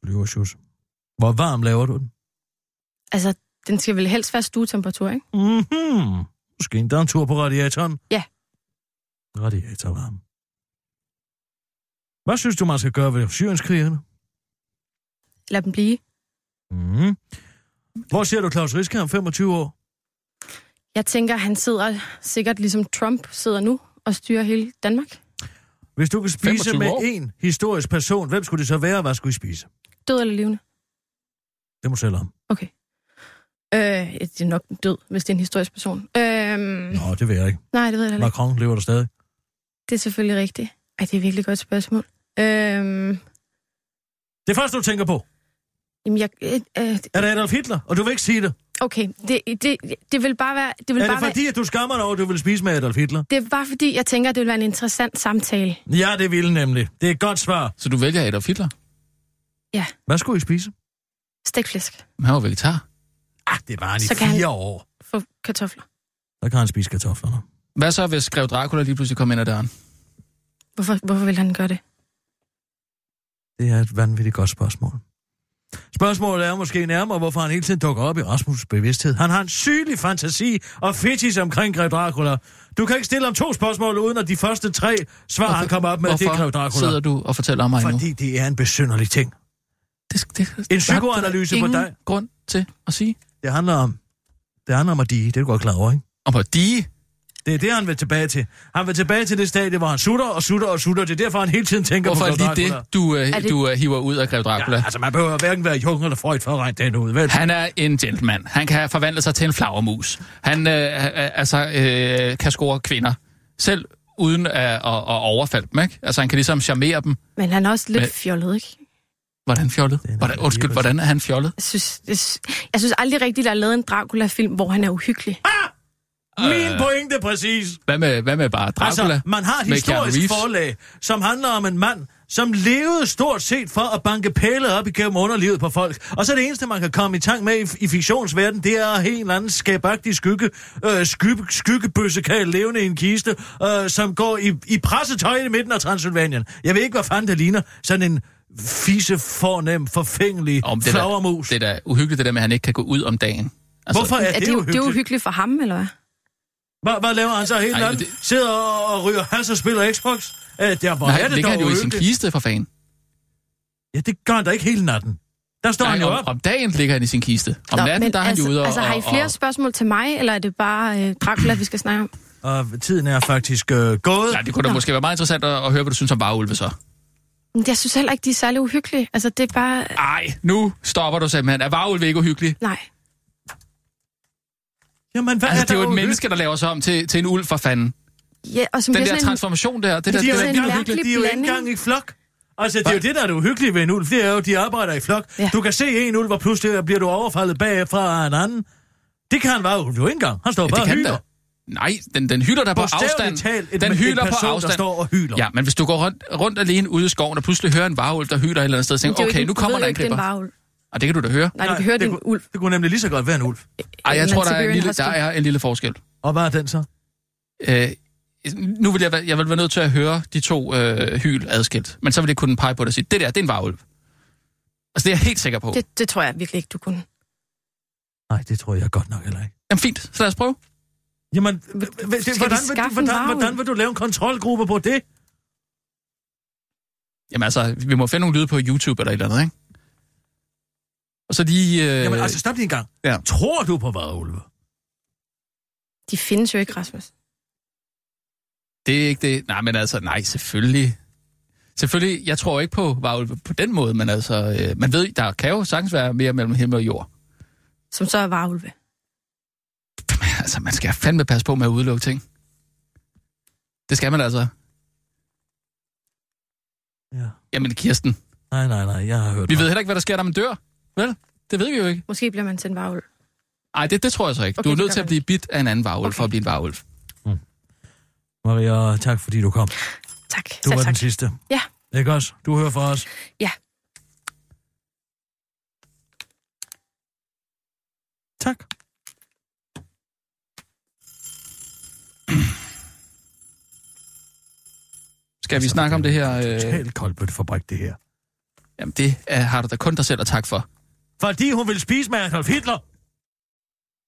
[SPEAKER 10] Flyvershus.
[SPEAKER 3] Hvor varm laver du den?
[SPEAKER 9] Altså, den skal vel helst være stuetemperatur, ikke?
[SPEAKER 3] Mhm. Måske endda en tur på radiatoren?
[SPEAKER 9] Ja.
[SPEAKER 3] Radiatorvarme. Hvad synes du, man skal gøre ved syrienskrigerne?
[SPEAKER 9] Lad dem blive.
[SPEAKER 3] Mhm. Hvor ser du Claus Riske om 25 år?
[SPEAKER 9] Jeg tænker, han sidder sikkert ligesom Trump sidder nu og styrer hele Danmark.
[SPEAKER 3] Hvis du kunne spise
[SPEAKER 4] 25
[SPEAKER 3] med
[SPEAKER 4] år?
[SPEAKER 3] en historisk person, hvem skulle det så være, og hvad skulle I spise?
[SPEAKER 9] Død eller levende?
[SPEAKER 3] Det må du selv om.
[SPEAKER 9] Okay. Øh, ja, det er nok død, hvis det er en historisk person. Øh,
[SPEAKER 3] Nå, det ved jeg ikke.
[SPEAKER 9] nej, det ved jeg heller ikke.
[SPEAKER 3] Macron lever der stadig.
[SPEAKER 9] Det er selvfølgelig rigtigt. Ej, det er et virkelig godt spørgsmål. Øhm,
[SPEAKER 3] Det første, du tænker på,
[SPEAKER 9] jamen, jeg, øh, øh,
[SPEAKER 3] er det Adolf Hitler, og du vil ikke sige det.
[SPEAKER 9] okay, det, det, det vil bare være... Det vil
[SPEAKER 3] Er
[SPEAKER 9] bare
[SPEAKER 3] det fordi, at du skammer dig over, at du vil spise med Adolf Hitler?
[SPEAKER 9] Være, det var fordi, jeg tænker, det vil være en interessant samtale.
[SPEAKER 3] Ja, det ville nemlig. Det er et godt svar.
[SPEAKER 4] Så du vælger Adolf Hitler?
[SPEAKER 3] Hvad skulle I spise?
[SPEAKER 9] Stegflæsk
[SPEAKER 4] Men Han var vegetar.
[SPEAKER 3] Ah, det var han i
[SPEAKER 9] Så kan han-
[SPEAKER 3] fire år.
[SPEAKER 9] for kartofler.
[SPEAKER 3] Så kan han spise kartoflerne.
[SPEAKER 4] Hvad så, hvis Grev Dracula lige pludselig kom ind ad døren?
[SPEAKER 9] Hvorfor, hvorfor vil han gøre det?
[SPEAKER 3] Det er et vanvittigt godt spørgsmål. Spørgsmålet er måske nærmere, hvorfor han hele tiden dukker op i Rasmus' bevidsthed. Han har en sygelig fantasi og fetis omkring Grev Dracula. Du kan ikke stille om to spørgsmål, uden at de første tre svar, hvorfor, han kommer op med, det er Grev
[SPEAKER 4] Hvorfor
[SPEAKER 3] Dracula.
[SPEAKER 4] sidder du og fortæller om mig nu?
[SPEAKER 3] Fordi det er en besynderlig ting.
[SPEAKER 4] Det, det, det,
[SPEAKER 3] En psykoanalyse på
[SPEAKER 4] ingen
[SPEAKER 3] dig.
[SPEAKER 4] grund til at sige.
[SPEAKER 3] Det handler om, det handler om at dige. Det er du godt klar over, ikke?
[SPEAKER 4] Og på dige.
[SPEAKER 3] Det er det, han vil tilbage til. Han vil tilbage til det stadie, hvor han sutter og sutter og sutter. Det er derfor, han hele tiden tænker
[SPEAKER 4] Hvorfor er
[SPEAKER 3] på
[SPEAKER 4] det
[SPEAKER 3] Grev
[SPEAKER 4] lige
[SPEAKER 3] Dracula.
[SPEAKER 4] det, du, øh,
[SPEAKER 9] Er det-
[SPEAKER 4] du øh, hiver ud af Grev Dracula?
[SPEAKER 3] Ja, altså, man behøver hverken være Jung eller Freud for at regne den ud, vel?
[SPEAKER 4] Han er en gentleman. Han kan forvandle sig til en flagermus. Han øh, øh, altså, øh, kan score kvinder. Selv uden at, at, at overfalde dem, ikke? Altså, han kan ligesom charmere dem.
[SPEAKER 9] Men han er også lidt
[SPEAKER 4] Men-
[SPEAKER 9] Men... fjollet, ikke?
[SPEAKER 4] Hvordan fjollet?
[SPEAKER 3] er en
[SPEAKER 4] Hvordan, undskyld,
[SPEAKER 3] alligevel.
[SPEAKER 4] hvordan er han fjollet?
[SPEAKER 9] Jeg synes, jeg, synes- jeg synes aldrig rigtigt, der er lavet en Dracula-film, hvor han er uhyggelig.
[SPEAKER 3] Min pointe præcis.
[SPEAKER 4] Hvad med, hvad med bare Dracula?
[SPEAKER 3] Altså, man har et
[SPEAKER 4] med
[SPEAKER 3] historisk
[SPEAKER 4] Keanu Reeves?
[SPEAKER 3] forlag, som handler om en mand, som levede stort set for at banke pæle op igennem underlivet på folk. Og så det eneste, man kan komme i tanke med i, i fiktionsverdenen, det er at have en eller anden skabagtig skygge, øh, skygge, skyggebøssekal levende i en kiste, øh, som går i, i pressetøj i midten af Transylvanien. Jeg ved ikke, hvad fanden det ligner. Sådan en fise fornem, forfængelig
[SPEAKER 4] Om det, der,
[SPEAKER 3] flagermus.
[SPEAKER 4] det er da uhyggeligt, det der med, at han ikke kan gå ud om dagen. Altså,
[SPEAKER 3] Hvorfor er,
[SPEAKER 9] er det, det er uhyggeligt for ham, eller hvad?
[SPEAKER 3] Hvad, hvad laver han så helt
[SPEAKER 4] Ej,
[SPEAKER 3] andet?
[SPEAKER 4] det-
[SPEAKER 3] Sidder og, og ryger has og spiller Xbox? Æ, der, hvor
[SPEAKER 4] Nej,
[SPEAKER 3] er
[SPEAKER 4] han
[SPEAKER 3] det
[SPEAKER 4] ligger
[SPEAKER 3] dog
[SPEAKER 4] han jo i sin
[SPEAKER 3] uhyggeligt.
[SPEAKER 4] kiste, for fanden.
[SPEAKER 3] Ja, det gør han da ikke hele natten. Der står han
[SPEAKER 4] Nej,
[SPEAKER 3] jo
[SPEAKER 4] om,
[SPEAKER 3] op.
[SPEAKER 4] om dagen ligger han i sin kiste. Om Nå, natten,
[SPEAKER 9] men
[SPEAKER 4] der er han
[SPEAKER 9] altså,
[SPEAKER 4] jo ude og...
[SPEAKER 9] altså, har I flere
[SPEAKER 4] og,
[SPEAKER 9] spørgsmål til mig, eller er det bare øh, Dracula, vi skal snakke om?
[SPEAKER 3] Og tiden er faktisk øh, gået.
[SPEAKER 4] og, Nej, det kunne da
[SPEAKER 9] Nå.
[SPEAKER 4] måske være meget interessant at, at høre, hvad du synes om varulve så.
[SPEAKER 9] Men Jeg synes heller ikke, de er særlig uhyggelige. Altså, det er bare...
[SPEAKER 4] Ej, nu stopper du simpelthen. Er varulve ikke uhyggelig?
[SPEAKER 9] Nej.
[SPEAKER 3] Jamen, hvad
[SPEAKER 4] Altså,
[SPEAKER 3] er
[SPEAKER 4] det er jo et
[SPEAKER 3] overhovedet?
[SPEAKER 4] menneske, der laver sig om til, til en ulv for fanden.
[SPEAKER 9] Ja, og som
[SPEAKER 4] Den
[SPEAKER 9] bliver
[SPEAKER 4] der
[SPEAKER 9] sådan en-
[SPEAKER 4] transformation der, det der,
[SPEAKER 3] De
[SPEAKER 4] det
[SPEAKER 3] er
[SPEAKER 4] der,
[SPEAKER 3] jo
[SPEAKER 9] det
[SPEAKER 3] ikke
[SPEAKER 9] er en
[SPEAKER 3] engang, de er
[SPEAKER 9] mærkelig
[SPEAKER 3] jo ikke
[SPEAKER 9] blanding.
[SPEAKER 3] engang i flok. Altså, det er jo det, der er det uhyggelige ved en ulv. Det er jo, de arbejder i flok. Ja.
[SPEAKER 9] Ja.
[SPEAKER 3] Du kan se en ulv, og pludselig bliver du overfaldet bagfra af en anden. Det kan han bare jo ikke engang. Han står
[SPEAKER 4] Ja,
[SPEAKER 3] bare
[SPEAKER 4] det
[SPEAKER 3] og
[SPEAKER 4] kan
[SPEAKER 3] hyler.
[SPEAKER 4] da. Nej, den, den hylder der på
[SPEAKER 3] Bogstaveligt
[SPEAKER 4] afstand.
[SPEAKER 3] talt et-
[SPEAKER 4] den
[SPEAKER 3] en
[SPEAKER 4] hylder
[SPEAKER 3] person,
[SPEAKER 4] på
[SPEAKER 3] der
[SPEAKER 4] afstand.
[SPEAKER 3] står og hyler.
[SPEAKER 4] Ja, men hvis du går rundt, rundt alene ude i skoven og pludselig hører en varulv, der hyler et eller andet sted, og
[SPEAKER 9] Men det er
[SPEAKER 4] tænker,
[SPEAKER 9] jo
[SPEAKER 4] okay,
[SPEAKER 9] ikke-
[SPEAKER 4] nu
[SPEAKER 9] du
[SPEAKER 4] kommer
[SPEAKER 9] ved
[SPEAKER 4] der en
[SPEAKER 9] jo ikke, det er
[SPEAKER 4] klipper.
[SPEAKER 9] varulv.
[SPEAKER 4] Og det kan du da høre.
[SPEAKER 9] Nej, du kan høre, det er
[SPEAKER 3] det,
[SPEAKER 9] en ulv.
[SPEAKER 3] kunne, det kunne nemlig lige så godt være en ulv.
[SPEAKER 4] Ej, jeg
[SPEAKER 9] Men
[SPEAKER 4] tror, der er,
[SPEAKER 9] Siberian
[SPEAKER 4] en lille, der
[SPEAKER 9] Husky.
[SPEAKER 4] er en lille forskel.
[SPEAKER 3] Og hvad er den så?
[SPEAKER 4] Øh, nu vil jeg, være- jeg vil være nødt til at høre de to øh, hyl adskilt. Men så vil jeg kunne pege på det og sige, det der, det er en varulv. Altså, det er jeg helt sikker på. Det...
[SPEAKER 9] Det, det tror jeg virkelig ikke, du kunne.
[SPEAKER 3] Nej, det tror jeg godt nok heller ikke.
[SPEAKER 4] Jamen fint, så lad os prøve.
[SPEAKER 3] Jamen, h-
[SPEAKER 9] vi
[SPEAKER 3] h- det,
[SPEAKER 9] skaffe
[SPEAKER 3] hvordan,
[SPEAKER 9] en
[SPEAKER 3] vil, du-
[SPEAKER 9] varulv?
[SPEAKER 3] hvordan, hvordan vil du lave en kontrolgruppe på det?
[SPEAKER 4] Jamen altså, vi må finde nogle lyde på YouTube eller et eller andet, ikke? Og så lige... Øh,
[SPEAKER 3] Jamen, altså, stop lige en gang.
[SPEAKER 4] ja.
[SPEAKER 3] Tror du på varulve?
[SPEAKER 9] De findes jo ikke, Rasmus.
[SPEAKER 4] Det er ikke det. Nej, men altså, nej, selvfølgelig. Selvfølgelig, jeg tror ikke på varulve på den måde, men altså, øh, man ved, der kan jo sagtens være mere mellem himmel og jord.
[SPEAKER 9] Som så er varulve.
[SPEAKER 4] Men altså, man skal fandme passe på med at udelukke ting. Det skal man altså.
[SPEAKER 3] Ja.
[SPEAKER 4] Jamen, Kirsten,
[SPEAKER 3] Nej, nej, nej, jeg har hørt
[SPEAKER 4] vi
[SPEAKER 3] nok.
[SPEAKER 4] ved heller ikke, hvad der sker, når man dør. Vel? Det ved vi jo ikke.
[SPEAKER 9] Måske bliver man til en varulv.
[SPEAKER 4] Nej, det, det tror jeg så ikke.
[SPEAKER 9] Okay,
[SPEAKER 4] du er
[SPEAKER 9] det
[SPEAKER 4] nødt
[SPEAKER 9] gør
[SPEAKER 4] til at
[SPEAKER 9] man
[SPEAKER 4] blive bidt af en anden varulv okay. for at blive en varulv.
[SPEAKER 3] Maria, tak fordi du kom.
[SPEAKER 9] Tak.
[SPEAKER 3] Du
[SPEAKER 9] Selv
[SPEAKER 3] var
[SPEAKER 9] tak.
[SPEAKER 3] den sidste.
[SPEAKER 9] Ja.
[SPEAKER 3] Ikke også? Du hører fra os.
[SPEAKER 9] Ja.
[SPEAKER 3] Tak.
[SPEAKER 4] Skal vi snakke om det her? Øh,
[SPEAKER 3] Altså, Totalt koldbøttefabrik, det her.
[SPEAKER 4] jamen, det er, har du da kun dig selv at takke for.
[SPEAKER 3] Fordi hun vil spise med Adolf Hitler.